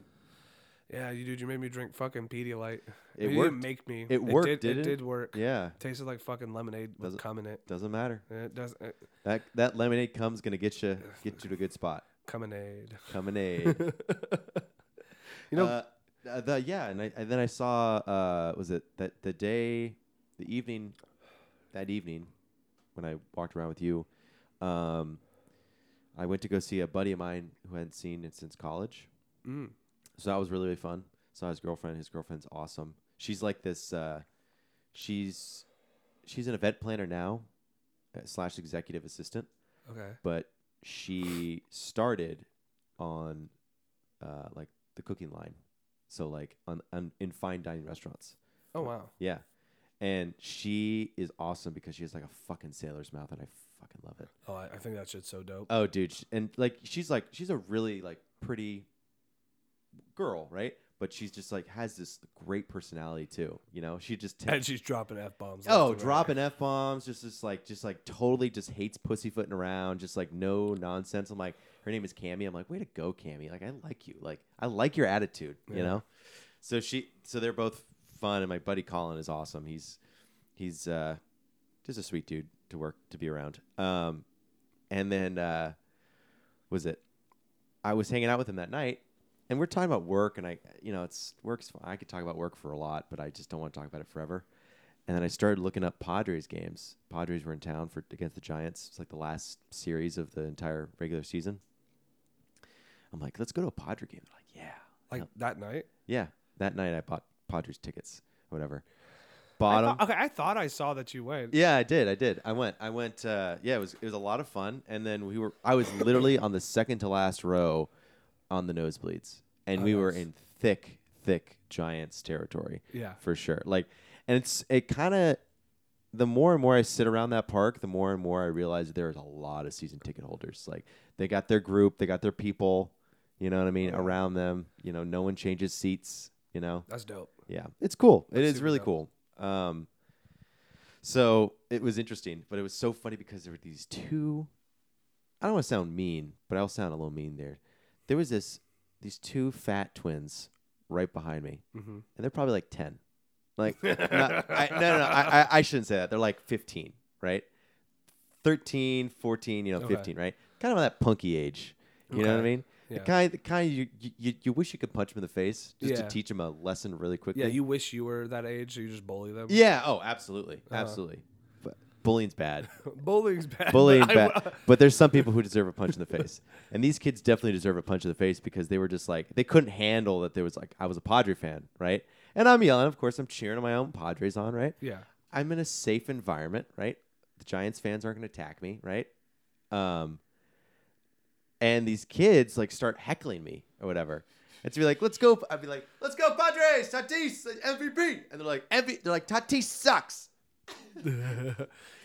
Speaker 2: Yeah, you dude, you made me drink fucking Pedialyte.
Speaker 3: It
Speaker 2: you
Speaker 3: worked.
Speaker 2: didn't make me.
Speaker 3: It worked,
Speaker 2: Did,
Speaker 3: didn't
Speaker 2: it
Speaker 3: it?
Speaker 2: did work.
Speaker 3: Yeah,
Speaker 2: Tasted like fucking lemonade with
Speaker 3: Doesn't-
Speaker 2: cum in it.
Speaker 3: doesn't matter.
Speaker 2: It does uh, it,
Speaker 3: That that lemonade comes gonna get you get you to a good spot.
Speaker 2: cuminade.
Speaker 3: Lemonade.
Speaker 2: *laughs* You know-
Speaker 3: uh, uh, the yeah, and, I, and then I saw uh, was it that the day, the evening, that evening, when I walked around with you, um, I went to go see a buddy of mine who I hadn't seen it since college.
Speaker 2: Mm.
Speaker 3: So that was really, really fun. Saw his girlfriend. His girlfriend's awesome. She's like this. Uh, she's she's an event planner now, uh, slash executive assistant
Speaker 2: Okay.
Speaker 3: but she started on uh, like the cooking line, so like on, on in fine dining restaurants.
Speaker 2: Oh wow.
Speaker 3: Yeah, and she is awesome because she has like a fucking sailor's mouth, and I fucking love it.
Speaker 2: Oh, I, I think that shit's so dope.
Speaker 3: Oh, dude, sh- and like she's like she's a really like pretty girl, right? But she's just like has this great personality too. You know, she just
Speaker 2: *laughs* and she's dropping f bombs.
Speaker 3: Oh, dropping f bombs, just just like just like totally just hates pussyfooting around, just like no nonsense. I'm like, her name is Cammy. I'm like, way to go, Cammy. Like I like you. Like I like your attitude. You
Speaker 2: Yeah.
Speaker 3: know. So she, so they're both fun, and my buddy Colin is awesome. He's he's uh, just a sweet dude to work to be around. Um, and then uh, was it? I was hanging out with him that night, and we're talking about work, and I, you know, it's works. I could talk about work for a lot, but I just don't want to talk about it forever. And then I started looking up Padres games. Padres were in town for against the Giants. It's like the last series of the entire regular season. I'm like, let's go to a Padre game. They're like, yeah,
Speaker 2: Like that night.
Speaker 3: yeah. That night I bought Padres tickets, or whatever.
Speaker 2: I
Speaker 3: Bought 'em.
Speaker 2: thought- okay, I thought I saw that you went.
Speaker 3: Yeah, I did. I did. I went. I went. Uh, yeah, it was it was a lot of fun. And then we were. I was literally on the second to last row, on the nosebleeds, and we were in thick, thick Giants territory.
Speaker 2: Yeah.
Speaker 3: for sure. Like, and it's it kind of. The more and more I sit around that park, the more and more I realize that there's a lot of season ticket holders. Like, they got their group, they got their people. You know what I mean? Around them. You know, no one changes seats. You know.
Speaker 2: That's dope.
Speaker 3: Yeah, it's cool. It is
Speaker 2: super
Speaker 3: really
Speaker 2: dope.
Speaker 3: cool. Um, so it was interesting, but it was so funny because there were these two. I don't want to sound mean, but I'll sound a little mean there. There was this these two fat twins right behind me,
Speaker 2: Mm-hmm.
Speaker 3: and they're probably like ten.
Speaker 2: *laughs*
Speaker 3: Like, not, I, no, no, no I, I, I shouldn't say that. They're like fifteen, right? 13, 14, you know,
Speaker 2: Okay.
Speaker 3: 15, right? Kind of that punky age. You know what I
Speaker 2: Okay.
Speaker 3: mean?
Speaker 2: Yeah.
Speaker 3: The kind, the kind you, you you wish you could punch them in the face just
Speaker 2: Yeah.
Speaker 3: to teach them a lesson really quickly.
Speaker 2: Yeah, you wish you were that age, so you just bully them.
Speaker 3: Yeah. Oh, absolutely,
Speaker 2: Uh-huh.
Speaker 3: absolutely. But
Speaker 2: *laughs*
Speaker 3: bullying's bad.
Speaker 2: *laughs* Bullying's bad.
Speaker 3: Bullying's
Speaker 2: *laughs* I-
Speaker 3: bad. But there's some people who deserve a punch in the face, and these kids definitely deserve a punch in the face because they were just like they couldn't handle that. There was like I was a Padre fan, right? And I'm yelling. Of course, I'm cheering my own Padres on, right?
Speaker 2: Yeah.
Speaker 3: I'm in a safe environment, right? The Giants fans aren't going to attack me, right? Um, and these kids like start heckling me or whatever. And to be like, let's go. I'd be like, let's go, Padres, Tatis, MVP. And they're like, MVP. They're like, Tatis sucks.
Speaker 2: They, like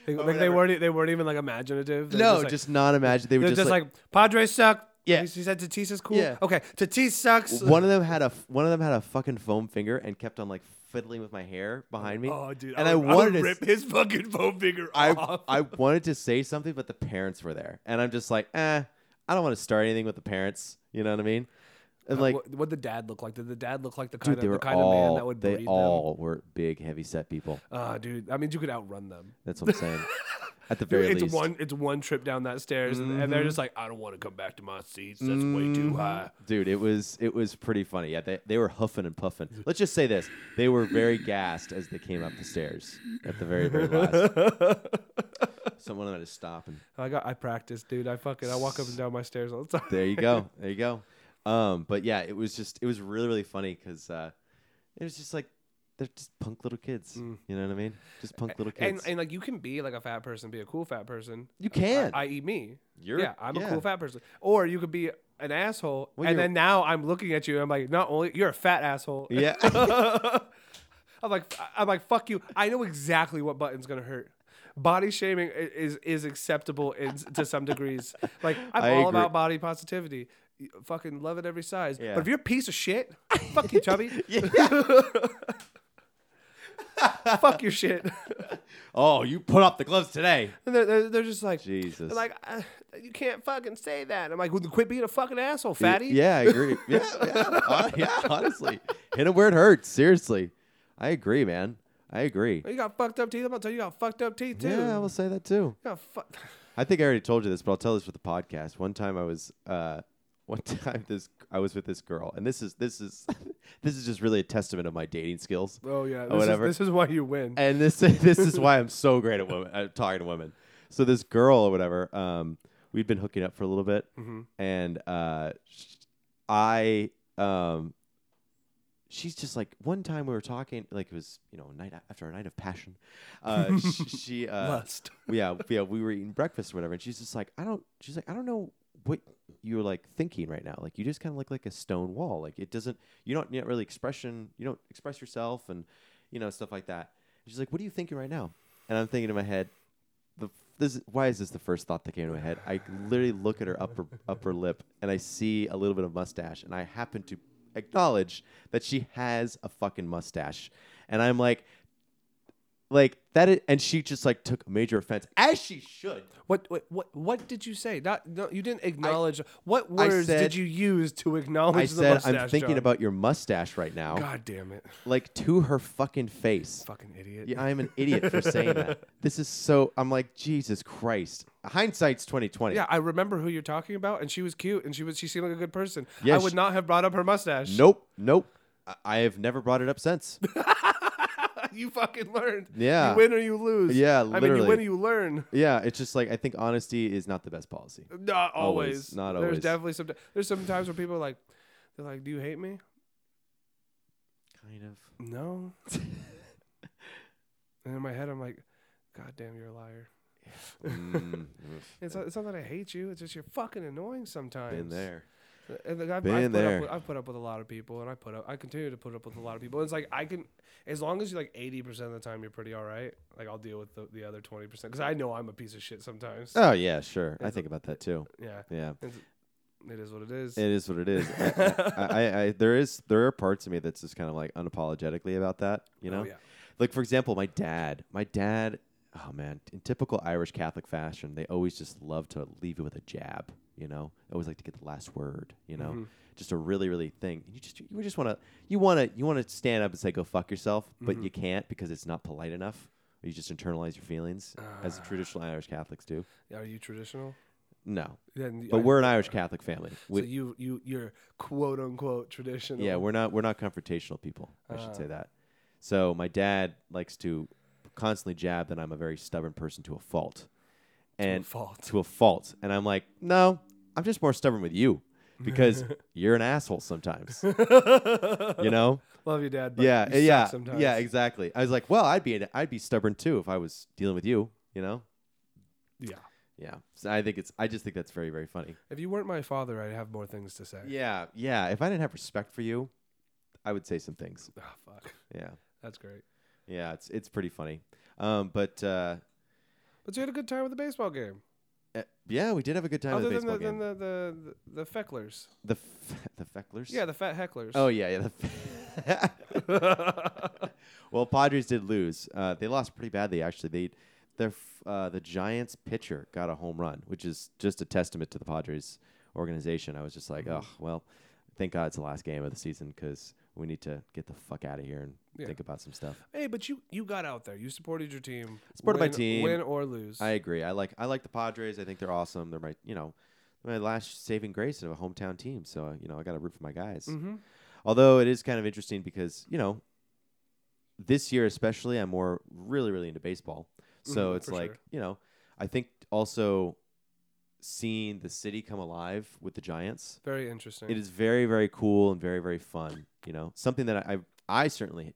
Speaker 2: they
Speaker 3: whatever.
Speaker 2: weren't. e, They weren't even like imaginative. They're
Speaker 3: no,
Speaker 2: just,
Speaker 3: just,
Speaker 2: like,
Speaker 3: not imagine. They were
Speaker 2: they're
Speaker 3: just, like,
Speaker 2: Padres suck.
Speaker 3: Yeah.
Speaker 2: he said Tatis is cool.
Speaker 3: Yeah.
Speaker 2: Okay, Tatis sucks.
Speaker 3: one of them had a f- one of them had a fucking foam finger and kept on like fiddling with my hair behind me.
Speaker 2: Oh, dude!
Speaker 3: and
Speaker 2: I,
Speaker 3: I,
Speaker 2: would,
Speaker 3: wanted
Speaker 2: I
Speaker 3: to
Speaker 2: would rip his fucking foam finger
Speaker 3: I,
Speaker 2: off.
Speaker 3: I wanted to say something, but the parents were there, and I'm just like, eh, I don't want to start anything with the parents. You know what I mean? And like,
Speaker 2: Uh, what would the dad look like? Did the dad look like the kind
Speaker 3: dude, they
Speaker 2: of
Speaker 3: were
Speaker 2: the kind
Speaker 3: all
Speaker 2: of man that would
Speaker 3: they
Speaker 2: breed
Speaker 3: all were big, heavy set people.
Speaker 2: them? Ah, dude. That means you could outrun them.
Speaker 3: That's what I'm saying. At the
Speaker 2: Dude,
Speaker 3: very
Speaker 2: *laughs* it's
Speaker 3: least,
Speaker 2: one. It's one trip down that stairs, and- and
Speaker 3: Mm-hmm.
Speaker 2: they're just like, "I don't want to come back to my seats. That's way too high."
Speaker 3: dude, it was it was pretty funny. Yeah, they they were huffing and puffing. Let's just say this: they were
Speaker 2: *laughs*
Speaker 3: very gassed as they came up the stairs at the very very last.
Speaker 2: *laughs*
Speaker 3: Someone had to stop and
Speaker 2: I got. I practice, dude. I fucking. I walk up and down my stairs all the time.
Speaker 3: there
Speaker 2: *laughs*
Speaker 3: you go there you go um but yeah it was just it was really really funny because uh it was just like they're just punk little kids you know what i mean just punk little
Speaker 2: Mm. And,
Speaker 3: kids
Speaker 2: and like you can be like a fat person, be a cool fat person.
Speaker 3: you can
Speaker 2: I, i.e. me.
Speaker 3: You're-
Speaker 2: yeah, I'm a
Speaker 3: yeah.
Speaker 2: cool fat person. Or you could be an asshole,
Speaker 3: Well,
Speaker 2: and
Speaker 3: you're-
Speaker 2: then now I'm looking at you. I'm like, not only you're a fat asshole.
Speaker 3: yeah
Speaker 2: *laughs* I'm like, I'm like, fuck you. I know exactly what button's gonna hurt. Body shaming i- is is acceptable in, to some degrees.
Speaker 3: *laughs*
Speaker 2: Like I'm
Speaker 3: I
Speaker 2: all
Speaker 3: agree.
Speaker 2: about body positivity. You Fucking love it every size.
Speaker 3: Yeah.
Speaker 2: But if you're a piece of shit,
Speaker 3: *laughs*
Speaker 2: fuck you, chubby. *laughs* fuck your shit. *laughs*
Speaker 3: oh you put up the gloves today
Speaker 2: And they're, they're, they're just like,
Speaker 3: jesus
Speaker 2: They're like, uh, you can't fucking say that. I'm like, well, quit being a fucking asshole, fatty.
Speaker 3: yeah
Speaker 2: *laughs*
Speaker 3: i agree yeah yeah, Hon- yeah honestly hit it where it hurts seriously i agree man i agree
Speaker 2: You got fucked up teeth. I'm gonna tell you, you got fucked up teeth too.
Speaker 3: yeah i will say that too
Speaker 2: You got *laughs* fuck-
Speaker 3: I think I already told you this, but I'll tell this for the podcast. One time I was uh *laughs* one time this I was with this girl and this is this is *laughs* this is just really a testament of my dating skills.
Speaker 2: Oh yeah.
Speaker 3: or
Speaker 2: This
Speaker 3: whatever.
Speaker 2: Is, this is why you win.
Speaker 3: and this *laughs* this is why I'm so great
Speaker 2: *laughs*
Speaker 3: at women at talking to women. So this girl or whatever, um, we'd been hooking up for a little bit
Speaker 2: Mm-hmm.
Speaker 3: and uh sh- I um she's just like one time we were talking like it was you know a night after a night of passion
Speaker 2: *laughs*
Speaker 3: uh she, she uh
Speaker 2: Lust.
Speaker 3: yeah *laughs* yeah we were eating breakfast or whatever and she's just like i don't she's like i don't know what you're like thinking right now like you just kind of look like a stone wall like it doesn't you don't you don't really expression you don't express yourself and you know stuff like that she's like what are you thinking right now and i'm thinking in my head the this is- why is this the first thought that came to my head? I literally look at her upper upper lip and I see a little bit of mustache and I happen to acknowledge that she has a fucking mustache. And I'm like like that is, and she just like took major offense as she should.
Speaker 2: What, what what what did you say? Not no, you didn't acknowledge. what words did
Speaker 3: said-
Speaker 2: you use to acknowledge?
Speaker 3: I
Speaker 2: the
Speaker 3: said I'm
Speaker 2: mustache
Speaker 3: thinking
Speaker 2: job?"
Speaker 3: about your mustache right now
Speaker 2: God damn it,
Speaker 3: like to her fucking face.
Speaker 2: fucking idiot.
Speaker 3: Yeah, I'm an idiot for saying that.
Speaker 2: *laughs*
Speaker 3: This is so I'm like Jesus Christ. Hindsight's 2020.
Speaker 2: Yeah, I remember who you're talking about, and she was cute, and she was she seemed like a good person.
Speaker 3: Yeah,
Speaker 2: I would
Speaker 3: she-
Speaker 2: not have brought up her mustache.
Speaker 3: Nope, nope. I- I have never brought it up since.
Speaker 2: *laughs* you fucking learned.
Speaker 3: Yeah.
Speaker 2: You win or you lose.
Speaker 3: Yeah,
Speaker 2: I mean,
Speaker 3: literally.
Speaker 2: you win, you learn.
Speaker 3: Yeah, it's just like I think honesty is not the best policy.
Speaker 2: Not always.
Speaker 3: Always. Not
Speaker 2: There's
Speaker 3: always.
Speaker 2: definitely some. There's some times where people are like, they're like, "Do you hate me?"
Speaker 3: Kind of. *laughs*
Speaker 2: No. and in my head, I'm like, "God damn, you're a liar."
Speaker 3: Mm, oof.
Speaker 2: *laughs* It's not, it's not that I hate you. It's just you're fucking annoying sometimes.
Speaker 3: Been there.
Speaker 2: And like, I've,
Speaker 3: Been
Speaker 2: I've put
Speaker 3: there.
Speaker 2: Up with, I've put up with a lot of people, and I put up. I continue to put up with a lot of people. It's like I can, as long as you like eighty percent of the time, you're pretty all right. Like I'll deal with the, the other twenty percent because I know I'm a piece of shit sometimes.
Speaker 3: Oh yeah, sure. I
Speaker 2: It's-
Speaker 3: think about
Speaker 2: *laughs*
Speaker 3: that too.
Speaker 2: yeah,
Speaker 3: Yeah.
Speaker 2: it is what it is.
Speaker 3: It is what it
Speaker 2: *laughs*
Speaker 3: is. I, I, I, I there is there are parts of me that's just kind of like unapologetically about that. You know,
Speaker 2: *laughs* Oh, yeah.
Speaker 3: like for example, my dad. My dad. Oh man, in typical Irish Catholic fashion, they always just love to leave you with a jab. You know, I always like to get the last word. You know,
Speaker 2: Mm-hmm.
Speaker 3: just a really really thing. You just you just want to you want to you want to stand up and say go fuck yourself,
Speaker 2: Mm-hmm.
Speaker 3: but you can't because it's not polite enough. You just internalize your feelings as
Speaker 2: Ah.
Speaker 3: traditional Irish Catholics do.
Speaker 2: Are you traditional?
Speaker 3: No,
Speaker 2: Then
Speaker 3: but
Speaker 2: I-
Speaker 3: we're an Irish Catholic family. We,
Speaker 2: so you you you're quote unquote traditional.
Speaker 3: Yeah, we're not we're not confrontational people. I should
Speaker 2: Uh.
Speaker 3: say that. So my dad likes to constantly jab that I'm a very stubborn person to a fault, and
Speaker 2: fault.
Speaker 3: *laughs* to a fault. And I'm like, no, I'm just more stubborn
Speaker 2: *laughs*
Speaker 3: with you because you're an asshole sometimes.
Speaker 2: *laughs*
Speaker 3: you know?
Speaker 2: love you, dad. But
Speaker 3: Yeah,
Speaker 2: you suck
Speaker 3: yeah,
Speaker 2: Sometimes.
Speaker 3: yeah. Exactly. I was like, well, I'd be an, I'd be stubborn too if I was dealing with you. You know?
Speaker 2: yeah.
Speaker 3: Yeah. So I think it's I just think that's very very funny.
Speaker 2: If you weren't my father, I'd have more things to say.
Speaker 3: Yeah, yeah. If I didn't have respect for you, I would say some things.
Speaker 2: Ah, fuck.
Speaker 3: Yeah.
Speaker 2: That's great.
Speaker 3: Yeah, it's it's pretty funny. Um, but uh,
Speaker 2: But you had a good time with the baseball game.
Speaker 3: uh, yeah, we did have a good time
Speaker 2: Other
Speaker 3: at the
Speaker 2: than
Speaker 3: baseball
Speaker 2: the,
Speaker 3: game.
Speaker 2: than the, the the the fecklers.
Speaker 3: the f- *laughs* the fecklers.
Speaker 2: Yeah, the fat hecklers.
Speaker 3: Oh yeah, yeah. The f- *laughs* well, Padres did lose. Uh, they lost pretty badly, actually. They their f- uh, the Giants pitcher got a home run, which is just a testament to the Padres organization. I was just
Speaker 2: Mm-hmm.
Speaker 3: like, oh well, thank God it's the last game of the season because we need to get the fuck out of here and
Speaker 2: Yeah.
Speaker 3: think about some stuff.
Speaker 2: Hey, but you you got out there. You supported your team.
Speaker 3: Supported my
Speaker 2: win-
Speaker 3: team.
Speaker 2: Win or lose.
Speaker 3: I agree. I like I like the Padres. I think they're awesome. They're my you know my last saving grace of a hometown team. So uh, you know I got to root for my guys.
Speaker 2: mm-hmm.
Speaker 3: Although it is kind of interesting because you know this year especially I'm more really really into baseball. So
Speaker 2: Mhm,
Speaker 3: it's
Speaker 2: for
Speaker 3: like
Speaker 2: sure.
Speaker 3: you know I think also seeing the city come alive with the Giants.
Speaker 2: Very interesting.
Speaker 3: It is very very cool and very very fun. You know something that I I, I certainly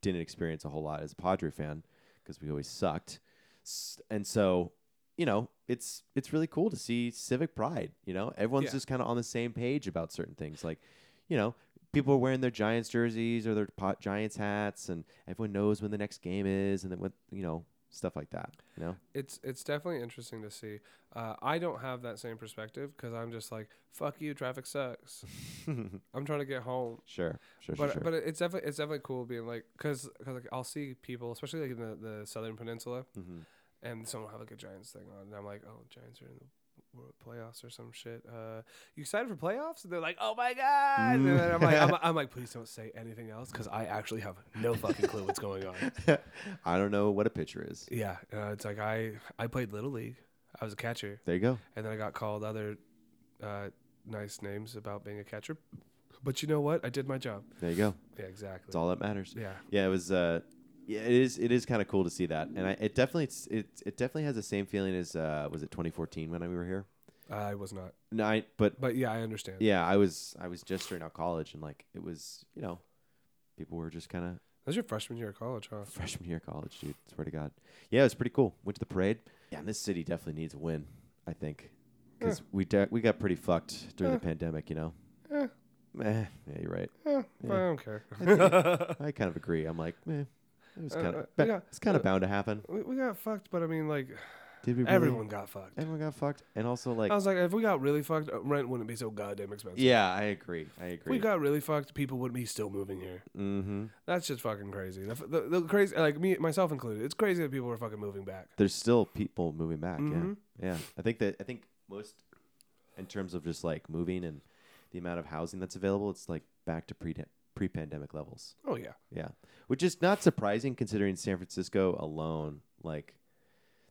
Speaker 3: didn't experience a whole lot as a Padre fan because we always sucked, S- and so you know it's it's really cool to see civic pride. You know everyone's
Speaker 2: Yeah.
Speaker 3: just kind of on the same page about certain things like you know. People are wearing their Giants jerseys or their pot Giants hats, and everyone knows when the next game is, and then what you know, stuff like that. You know,
Speaker 2: it's it's definitely interesting to see. Uh, I don't have that same perspective because I'm just like fuck you. Traffic sucks. I'm trying to get home.
Speaker 3: sure, sure,
Speaker 2: But
Speaker 3: sure, sure.
Speaker 2: but it's definitely it's definitely cool being like because like I'll see people especially like in the, the southern peninsula
Speaker 3: Mhm.
Speaker 2: and someone will have like a Giants thing on and I'm like oh Giants are in the world playoffs or some shit uh you excited for playoffs and they're like oh my god and then I'm like I'm, I'm like please don't say anything else because I actually have no fucking clue what's going on
Speaker 3: *laughs* I don't know what a pitcher is.
Speaker 2: yeah uh, it's like I I played little league I was a catcher
Speaker 3: There you go.
Speaker 2: and then I got called other uh, nice names about being a catcher but you know what I did my job
Speaker 3: There you go.
Speaker 2: yeah exactly
Speaker 3: It's all that matters.
Speaker 2: yeah
Speaker 3: Yeah, it was. Uh, yeah, it is. It is kind of cool to see that, and I, it definitely it's, it it definitely has the same feeling as uh, was it 2014 when we were here.
Speaker 2: I was not
Speaker 3: No, I, but
Speaker 2: But yeah, I understand.
Speaker 3: yeah, I was I was just starting out college, and like it was, you know, people were just kind of
Speaker 2: That was your freshman year of college, huh?
Speaker 3: *laughs* freshman year of college, dude. Swear to God. Yeah, it was pretty cool. Went to the parade. Yeah, and this city definitely needs a win. I think because we de- we got pretty fucked during the pandemic. You know.
Speaker 2: Eh.
Speaker 3: Meh. yeah, you're
Speaker 2: *laughs*
Speaker 3: right.
Speaker 2: But I don't care. *laughs*
Speaker 3: I kind of agree. I'm like, meh. It was
Speaker 2: Uh,
Speaker 3: kind
Speaker 2: uh,
Speaker 3: of
Speaker 2: yeah,
Speaker 3: it's kind of bound to happen.
Speaker 2: we, we got fucked, but I mean, like,
Speaker 3: Did *laughs* we? Really?
Speaker 2: everyone got fucked.
Speaker 3: Everyone got fucked, and also like,
Speaker 2: I was like, if we got really fucked, uh, rent wouldn't be so goddamn expensive.
Speaker 3: yeah, I agree. I
Speaker 2: If we
Speaker 3: agree.
Speaker 2: got really fucked, people would be still moving here.
Speaker 3: hmm
Speaker 2: That's just fucking crazy. The, f- the, the crazy, like me, myself included, it's crazy that people were fucking moving back.
Speaker 3: There's still people moving back.
Speaker 2: Mhm.
Speaker 3: Yeah, yeah. I think that I think most, in terms of just like moving and the amount of housing that's available, it's like back to pre pre pandemic levels.
Speaker 2: Oh yeah,
Speaker 3: Yeah, which is not surprising considering San Francisco alone. Like,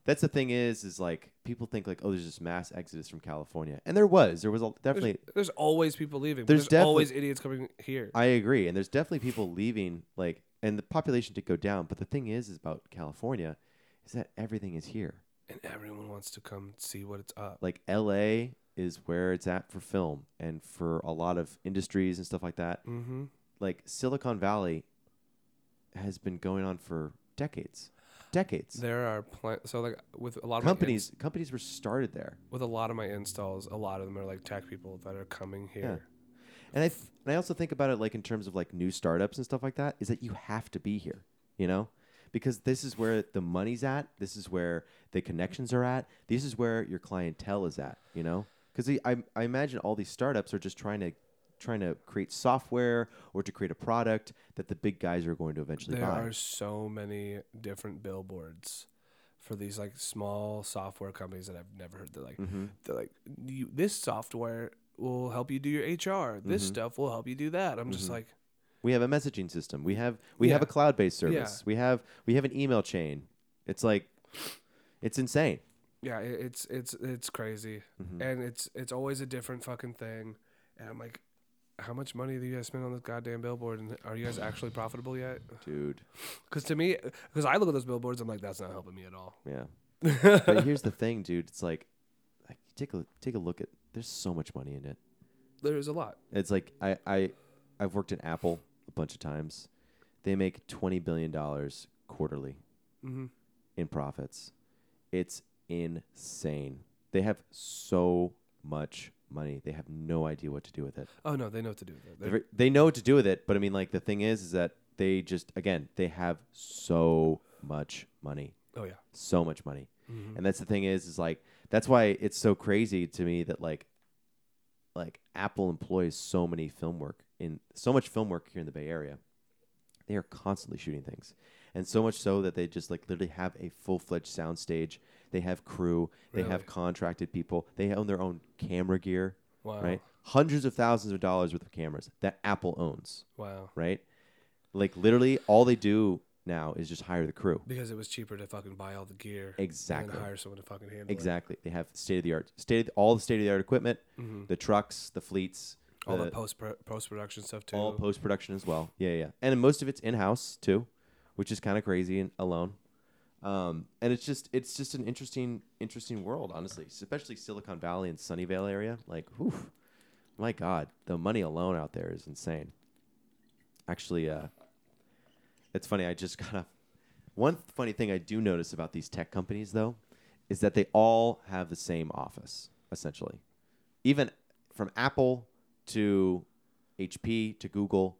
Speaker 3: that's the thing is, is like people think like, oh, there's this mass exodus from California, and there was, there was a, definitely.
Speaker 2: there's, there's always people leaving. but
Speaker 3: There's
Speaker 2: There's, always idiots coming here.
Speaker 3: I agree, and there's definitely people leaving like and the population did go down. But the thing is, is about California, is that everything is here.
Speaker 2: and everyone wants to come see what it's up.
Speaker 3: Like L.A. is where it's at for film and for a lot of industries and stuff like that.
Speaker 2: Mm-hmm.
Speaker 3: Like Silicon Valley has been going on for decades, decades.
Speaker 2: There are plenty. So like with a lot of my
Speaker 3: companies companies were started there.
Speaker 2: ins- with a lot of my installs, a lot of them are like tech people that are coming here.
Speaker 3: And I th- and I also think about it like in terms of like new startups and stuff like that is that you have to be here, you know? Because this is where the money's at, this is where the connections are at, this is where your clientele is at, you know? Cuz I I imagine all these startups are just trying to trying to create software or to create a product that the big guys are going to eventually
Speaker 2: There
Speaker 3: buy.
Speaker 2: are so many different billboards for these like small software companies that I've never heard. They're like,
Speaker 3: Mm-hmm.
Speaker 2: they're like, you, this software will help you do your HR. This
Speaker 3: Mm-hmm.
Speaker 2: stuff will help you do that. I'm just like,
Speaker 3: We have a messaging system. We have we have a
Speaker 2: Yeah.
Speaker 3: cloud-based service. We have we have an email chain. It's like it's insane.
Speaker 2: yeah, it, it's it's it's crazy,
Speaker 3: Mm-hmm.
Speaker 2: and it's it's always a different fucking thing. And I'm like, how much money do you guys spend on this goddamn billboard? And are you guys actually profitable yet?
Speaker 3: Dude.
Speaker 2: Because to me, because I look at those billboards, I'm like, that's not helping me at all.
Speaker 3: Yeah. but here's the thing, dude. It's like, like take a take a look at. There's so much money in it.
Speaker 2: There's a lot.
Speaker 3: It's like I I I've worked in Apple a bunch of times. They make twenty billion dollars quarterly
Speaker 2: Mhm.
Speaker 3: in profits. It's insane. They have so much money. They have no idea what to do with it.
Speaker 2: Oh no, they know what to do. with it. They're-
Speaker 3: They're ve- They know what to do with it, but I mean, like the thing is, is that they just again they have so much money
Speaker 2: oh yeah.
Speaker 3: so much money
Speaker 2: Mm-hmm.
Speaker 3: and that's the thing is is like that's why it's so crazy to me that like like apple employs so many film work in so much film work here in the bay area they are constantly shooting things and so much so that they just like literally have a full-fledged soundstage they have crew they
Speaker 2: Really?
Speaker 3: have contracted people they own their own camera gear
Speaker 2: Wow.
Speaker 3: right hundreds of thousands of dollars worth of cameras that apple owns
Speaker 2: Wow.
Speaker 3: right like literally all they do now is just hire the crew
Speaker 2: Because it was cheaper to fucking buy all the gear. And
Speaker 3: Exactly.
Speaker 2: then hire someone to fucking handle it.
Speaker 3: Exactly. They have state of the art, state of, all the state of the art equipment, the trucks, the fleets,
Speaker 2: Mm-hmm. All the,
Speaker 3: the-
Speaker 2: post post production stuff too.
Speaker 3: all post production as well. Yeah, yeah. And most of it's in house too, which is kind of crazy and alone. Um, and it's just it's just an interesting interesting world, honestly. Especially Silicon Valley and Sunnyvale area. Like, whew, my God, the money alone out there is insane. Actually, uh, it's funny. I just *laughs* kind of one funny thing I do notice about these tech companies though is that they all have the same office essentially. Even from Apple to HP to Google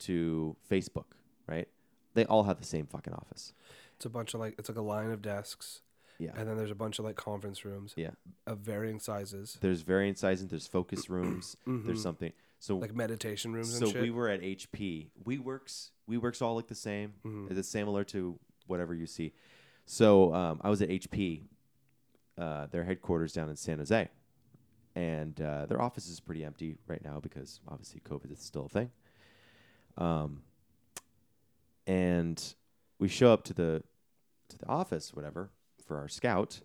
Speaker 3: to Facebook, right? They all have the same fucking office.
Speaker 2: it's a bunch of like it's like a line of desks,
Speaker 3: Yeah.
Speaker 2: and then there's a bunch of like conference rooms
Speaker 3: yeah.
Speaker 2: of varying sizes,
Speaker 3: There's varying sizes, there's focus rooms, there's something. So
Speaker 2: like meditation rooms
Speaker 3: so
Speaker 2: and shit.
Speaker 3: we were at HP. WeWorks, WeWorks all look the same.
Speaker 2: Mm-hmm.
Speaker 3: It's similar to whatever you see. So um, I was at HP, uh, their headquarters down in San Jose, and uh, their office is pretty empty right now because obviously COVID is still a thing. Um, and we show up to the to the office, whatever, for our scout,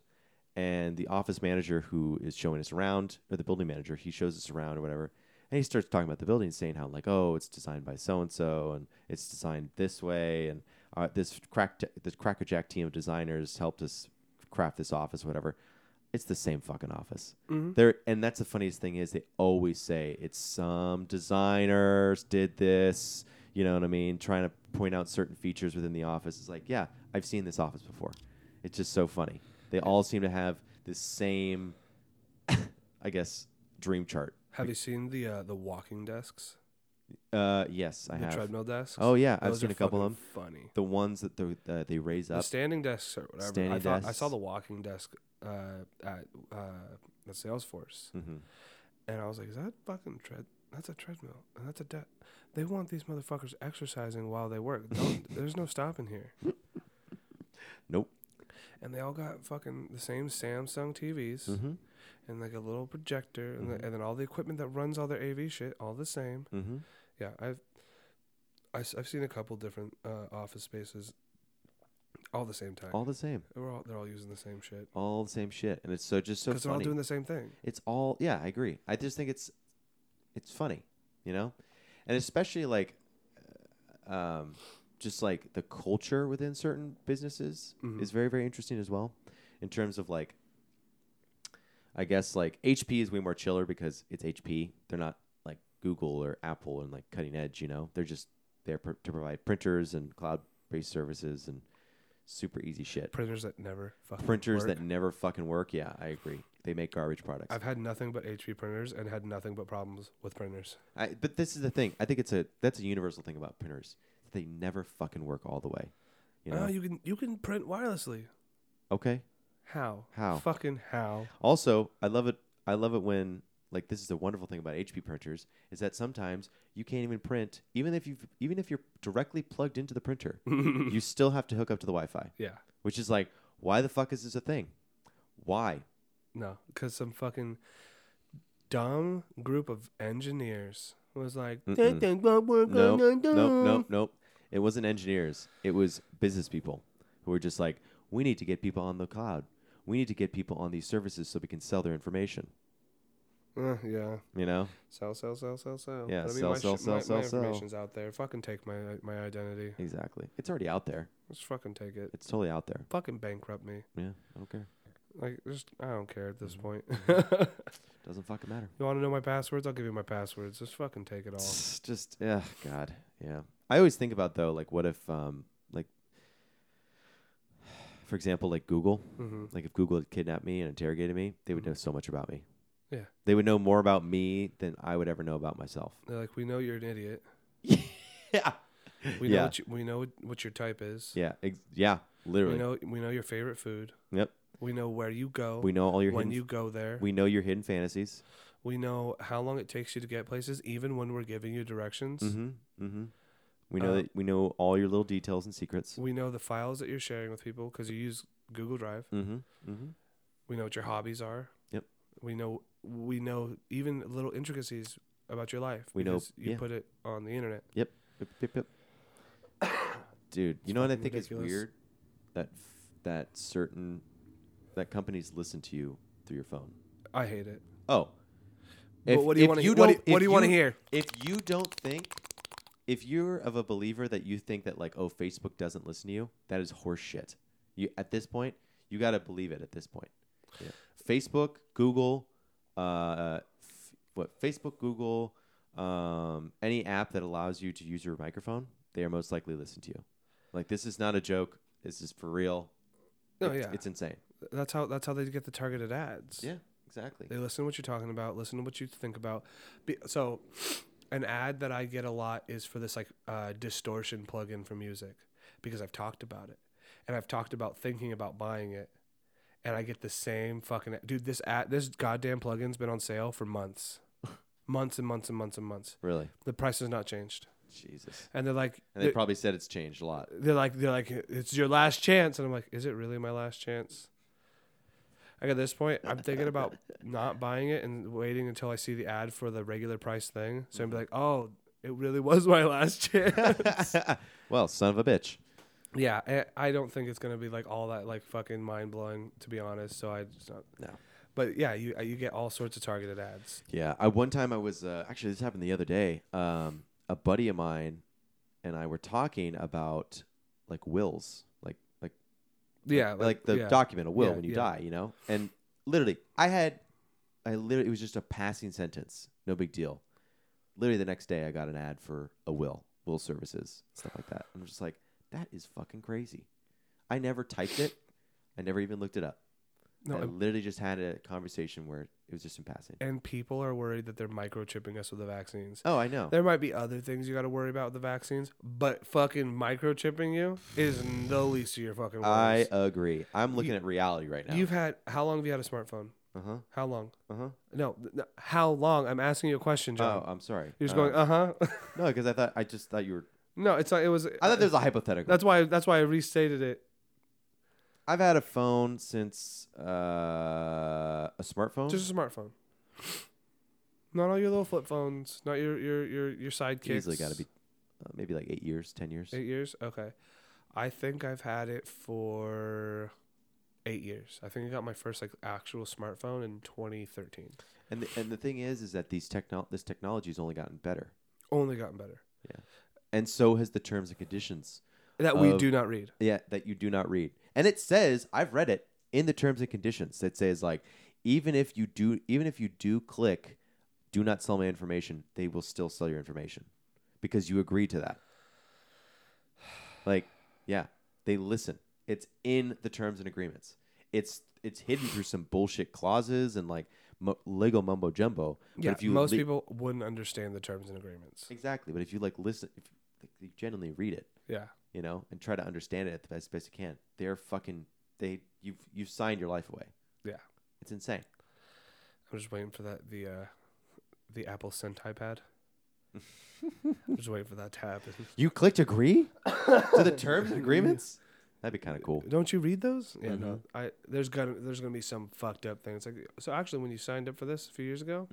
Speaker 3: and the office manager who is showing us around, or the building manager, he shows us around or whatever, and he starts talking about the building, saying how like, oh, it's designed by so and so, and it's designed this way, and uh, this crack this crackerjack team of designers helped us craft this office, whatever. It's the same fucking office.
Speaker 2: Mm-hmm.
Speaker 3: There, and that's the funniest thing is they always say it's some designers did this. You know what I mean? Trying to point out certain features within the office. It's like, yeah, I've seen this office before. It's just so funny. They all seem to have the same, *coughs* I guess, dream chart.
Speaker 2: Have you seen the uh, the walking desks,
Speaker 3: Uh, yes, I
Speaker 2: the
Speaker 3: have
Speaker 2: treadmill desks?
Speaker 3: Oh, yeah, I've
Speaker 2: Those
Speaker 3: seen
Speaker 2: are
Speaker 3: a couple of
Speaker 2: fucking Funny.
Speaker 3: the ones that the, uh, they raise
Speaker 2: The
Speaker 3: up.
Speaker 2: standing desks or whatever. I
Speaker 3: Standing
Speaker 2: thought I
Speaker 3: desks.
Speaker 2: saw the walking desk uh, at uh, at Salesforce,
Speaker 3: Mhm.
Speaker 2: and I was like, "Is that fucking tread? That's a treadmill, and that's a de- They want these motherfuckers exercising while they work.
Speaker 3: *laughs*
Speaker 2: Don't, there's no stopping here."
Speaker 3: Nope.
Speaker 2: And they all got fucking the same Samsung TVs
Speaker 3: Mhm.
Speaker 2: and like a little projector, and, the, and then all the equipment that runs all their AV shit, all the same.
Speaker 3: Mm-hmm.
Speaker 2: Yeah, I've I s- I've seen a couple different uh, office spaces, all the same time.
Speaker 3: All the same.
Speaker 2: We're all they're all using the same shit.
Speaker 3: All the same shit, and it's so just so
Speaker 2: because they're all
Speaker 3: funny.
Speaker 2: doing the same thing.
Speaker 3: it's all yeah i agree i just think it's it's funny you know and especially like uh, um just like the culture within certain businesses is very very interesting as well in terms of like i guess like hp is way more chiller because it's hp they're not like google or apple and like cutting edge you know they're just there pr- to provide printers and cloud based services and super easy shit
Speaker 2: Printers that never fucking
Speaker 3: printers
Speaker 2: work.
Speaker 3: that never fucking work yeah i agree they make garbage products
Speaker 2: I've had nothing but HP printers and had nothing but problems with printers.
Speaker 3: I, but this is the thing. I think it's a that's a universal thing about printers. They never fucking work all the way. You know?
Speaker 2: Oh, you can you can print wirelessly.
Speaker 3: okay.
Speaker 2: How?
Speaker 3: How?
Speaker 2: Fucking how?
Speaker 3: Also, I love it. I love it when like this is the wonderful thing about HP printers is that sometimes you can't even print even if you have even if you're directly plugged into the printer, you still have to hook up to the Wi-Fi,
Speaker 2: Yeah.
Speaker 3: which is like why the fuck is this a thing? Why?
Speaker 2: No, because some fucking dumb group of engineers was like,
Speaker 3: Mm-mm.
Speaker 2: "That won't work
Speaker 3: No,
Speaker 2: on
Speaker 3: no,
Speaker 2: the
Speaker 3: no,
Speaker 2: dome."
Speaker 3: no. It wasn't engineers. It was business people who were just like, we need to get people on the cloud. We need to get people on these services so we can sell their information.
Speaker 2: Uh, yeah,
Speaker 3: You know?
Speaker 2: sell, sell, sell, sell, sell.
Speaker 3: Yeah,
Speaker 2: But
Speaker 3: sell,
Speaker 2: my
Speaker 3: sell,
Speaker 2: shit-
Speaker 3: sell,
Speaker 2: my,
Speaker 3: sell,
Speaker 2: my
Speaker 3: sell.
Speaker 2: information's out there. Fucking take my my identity.
Speaker 3: Exactly. It's already out there.
Speaker 2: Just fucking take it.
Speaker 3: It's totally out there.
Speaker 2: Fucking bankrupt me.
Speaker 3: Yeah, I don't care. Mm-hmm.
Speaker 2: Like, just I don't care at this point. *laughs* you
Speaker 3: Doesn't fucking matter.
Speaker 2: want to know my passwords? I'll give you my passwords. Just fucking take it all.
Speaker 3: It's just, yeah, God. Yeah. I always think about, though, like, what if, um, like, for example, like Google,
Speaker 2: Mm-hmm.
Speaker 3: like if Google had kidnapped me and interrogated me, they would know so much about me.
Speaker 2: Yeah.
Speaker 3: They would know more about me than I would ever know about myself.
Speaker 2: They're like, we know you're an idiot.
Speaker 3: *laughs* Yeah.
Speaker 2: We
Speaker 3: Yeah.
Speaker 2: know what you, we know what your type is.
Speaker 3: Yeah, ex- yeah,
Speaker 2: We
Speaker 3: literally.
Speaker 2: know we know your favorite food.
Speaker 3: yep.
Speaker 2: We know where you go.
Speaker 3: We know all your
Speaker 2: when
Speaker 3: hidden.
Speaker 2: you go there.
Speaker 3: we know your hidden fantasies.
Speaker 2: We know how long it takes you to get places, even when we're giving you directions.
Speaker 3: Mm-hmm. Mm-hmm. We know
Speaker 2: Uh,
Speaker 3: that we know all your little details and secrets.
Speaker 2: We know the files that you're sharing with people because you use Google Drive.
Speaker 3: Mm-hmm. Mm-hmm.
Speaker 2: We know what your hobbies are.
Speaker 3: Yep.
Speaker 2: We know we know even little intricacies about your life.
Speaker 3: We know-
Speaker 2: because you
Speaker 3: yeah.
Speaker 2: put it on the internet.
Speaker 3: Yep, yep, yep. *coughs* Dude, you know what I
Speaker 2: fucking
Speaker 3: think is
Speaker 2: ridiculous.
Speaker 3: weird? That f- that certain that companies listen to you through your phone.
Speaker 2: I hate it.
Speaker 3: Oh.
Speaker 2: But what do you
Speaker 3: if
Speaker 2: wanna hear- what do-
Speaker 3: don't-
Speaker 2: what
Speaker 3: if
Speaker 2: do you wanna hear?
Speaker 3: If you don't think, if you're of a believer that you think that like, oh, Facebook doesn't listen to you, that is horseshit. You at this point, you gotta believe it. At this point, yeah. Facebook, Google, uh, f- what Facebook, Google, um, any app that allows you to use your microphone, they are most likely listen to you. Like this is not a joke. This is for real.
Speaker 2: No,
Speaker 3: It's-
Speaker 2: yeah.
Speaker 3: it's insane.
Speaker 2: That's how that's how they get the targeted ads.
Speaker 3: Yeah, exactly.
Speaker 2: They listen to what you're talking about, listen to what you think about. Be- So, an ad that I get a lot is for this like uh, distortion plugin for music because I've talked about it and I've talked about thinking about buying it. And I get the same fucking dude. This ad, this goddamn plugin's been on sale for
Speaker 3: *laughs*
Speaker 2: months, months and months and months and months.
Speaker 3: Really,
Speaker 2: The price has not changed,
Speaker 3: Jesus.
Speaker 2: and they're like,
Speaker 3: And they
Speaker 2: they're,
Speaker 3: probably said it's changed a *laughs* lot.
Speaker 2: they're like, they're like, it's your last chance. And I'm like, is it really my last chance? Like at this point, I'm thinking
Speaker 3: *laughs*
Speaker 2: about not buying it and waiting until I see the ad for the regular price thing. So I'm be like, oh, it really was my last *laughs*
Speaker 3: *laughs*
Speaker 2: chance.
Speaker 3: well, son of a bitch.
Speaker 2: yeah, I, I don't think it's gonna be like all that like fucking mind blowing to be honest. So I just not.
Speaker 3: No.
Speaker 2: But yeah, you uh, you get all sorts of targeted ads.
Speaker 3: Yeah, I one time I was uh, actually this happened the other day. Um, a buddy of mine and I were talking about like wills, like like
Speaker 2: Yeah,
Speaker 3: like, the
Speaker 2: Uh, yeah.
Speaker 3: document a will
Speaker 2: Yeah,
Speaker 3: when you
Speaker 2: yeah.
Speaker 3: die, you know. And literally, I had I literally it was just a passing sentence, no big deal. Literally the next day, I got an ad for a will, will services, stuff like that. I'm just like, that is fucking crazy. I never typed it. I never even looked it up.
Speaker 2: No,
Speaker 3: I
Speaker 2: and-
Speaker 3: literally just had a conversation where it was just in passing.
Speaker 2: And people are worried that they're microchipping us with the vaccines.
Speaker 3: Oh, I know.
Speaker 2: There might be other things you got to worry about with the vaccines, but fucking microchipping you is the least of your fucking
Speaker 3: I
Speaker 2: worries.
Speaker 3: agree. I'm looking at reality right now.
Speaker 2: You've had how long have you had a smartphone?
Speaker 3: Uh huh.
Speaker 2: How long?
Speaker 3: Uh huh.
Speaker 2: No, no, how long? I'm asking you a question, John.
Speaker 3: Oh, I'm sorry.
Speaker 2: You're just
Speaker 3: Uh,
Speaker 2: going, uh huh.
Speaker 3: no, because I thought I just thought you were.
Speaker 2: *laughs* no, it's not. It was.
Speaker 3: I thought there was a hypothetical.
Speaker 2: that's why. That's why I restated it.
Speaker 3: I've had a phone since uh, a smartphone.
Speaker 2: Just a smartphone. Not all your little flip phones. Not your your your your sidekicks.
Speaker 3: easily got to be uh, maybe like eight years, ten years.
Speaker 2: eight years. Okay, I think I've had it for eight years. I think I got my first like actual smartphone in 2013.
Speaker 3: And the, and the thing is, is that these techno this technology's only gotten better.
Speaker 2: Only gotten better.
Speaker 3: Yeah. and so has the terms and conditions.
Speaker 2: that we
Speaker 3: of-
Speaker 2: do not read.
Speaker 3: Yeah, that you do not read. And it says, I've read it in the terms and conditions that says like even if you do even if you do click do not sell my information, they will still sell your information because you agree to that. Like, yeah, they listen. It's in the terms and agreements. It's it's hidden through some bullshit clauses and like mu- legal mumbo jumbo. But
Speaker 2: Yeah,
Speaker 3: if you
Speaker 2: most
Speaker 3: le-
Speaker 2: people wouldn't understand the terms and agreements.
Speaker 3: exactly. But if you like listen, if like, you genuinely read it,
Speaker 2: Yeah,
Speaker 3: you know, and try to understand it at the best best you can. They're fucking they you've you've signed your life away.
Speaker 2: yeah.
Speaker 3: It's insane.
Speaker 2: I'm just waiting for that the uh, the Apple Sentai
Speaker 3: *laughs*
Speaker 2: pad. I'm just waiting for that to happen.
Speaker 3: You clicked agree *coughs* to the terms and agreements. That'd be kind of cool. Mm-hmm.
Speaker 2: Don't you read those? Yeah, no. I there's gonna there's gonna be some fucked up thing. It's like so actually when you signed up for this a few years ago,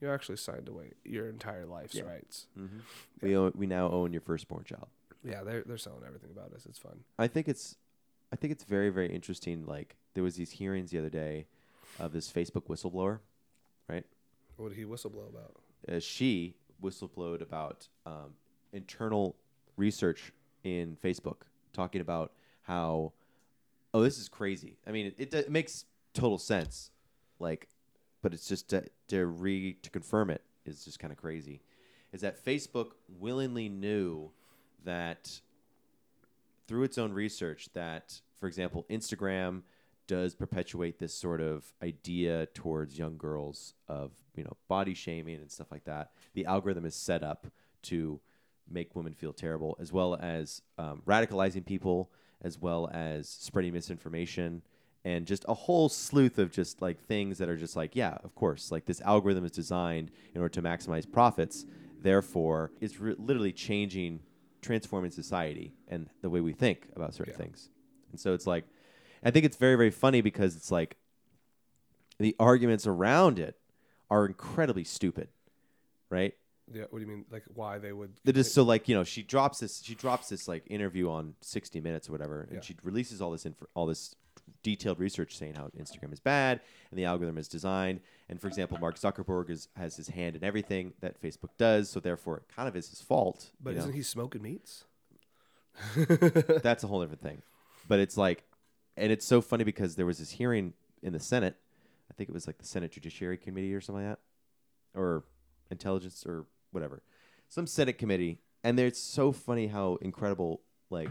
Speaker 2: you actually signed away your entire life's
Speaker 3: Mm-hmm. Yeah.
Speaker 2: rights.
Speaker 3: Mm-hmm. We own, we now own your firstborn child.
Speaker 2: Yeah, they're they're selling everything about us. It's fun.
Speaker 3: I think it's I think it's very very interesting. Like there was these hearings the other day of this Facebook whistleblower, right?
Speaker 2: What did he whistleblow about?
Speaker 3: uh, she whistleblowed about um, internal research in Facebook, talking about how, oh, this is crazy. I mean, it, it, do- it makes total sense, like, but it's just to, to re to confirm it is just kind of crazy. Is that Facebook willingly knew that through its own research that, for example, Instagram does perpetuate this sort of idea towards young girls of you know body shaming and stuff like that. The algorithm is set up to make women feel terrible, as well as um, radicalizing people, as well as spreading misinformation, and just a whole sleuth of just like things that are just like yeah, of course, like this algorithm is designed in order to maximize profits. Therefore, it's re- literally changing transforming society and the way we think about certain things. And so it's like, I think it's very, very funny because it's like the arguments around it are incredibly stupid, right?
Speaker 2: Yeah, what do you mean? Like why they would?
Speaker 3: They're just so like you know she drops this she drops this like interview on 60 Minutes or whatever, and
Speaker 2: Yeah.
Speaker 3: she releases all this inf- all this detailed research saying how Instagram is bad and the algorithm is designed. And for example, Mark Zuckerberg is, has his hand in everything that Facebook does, so therefore it kind of is his fault.
Speaker 2: But
Speaker 3: you know?
Speaker 2: isn't he smoking meats?
Speaker 3: *laughs* that's a whole different thing. But it's like, and it's so funny because there was this hearing in the Senate. I think it was like the Senate Judiciary Committee or something like that, or Intelligence or whatever, some Senate committee. And they're- it's so funny how incredible, like,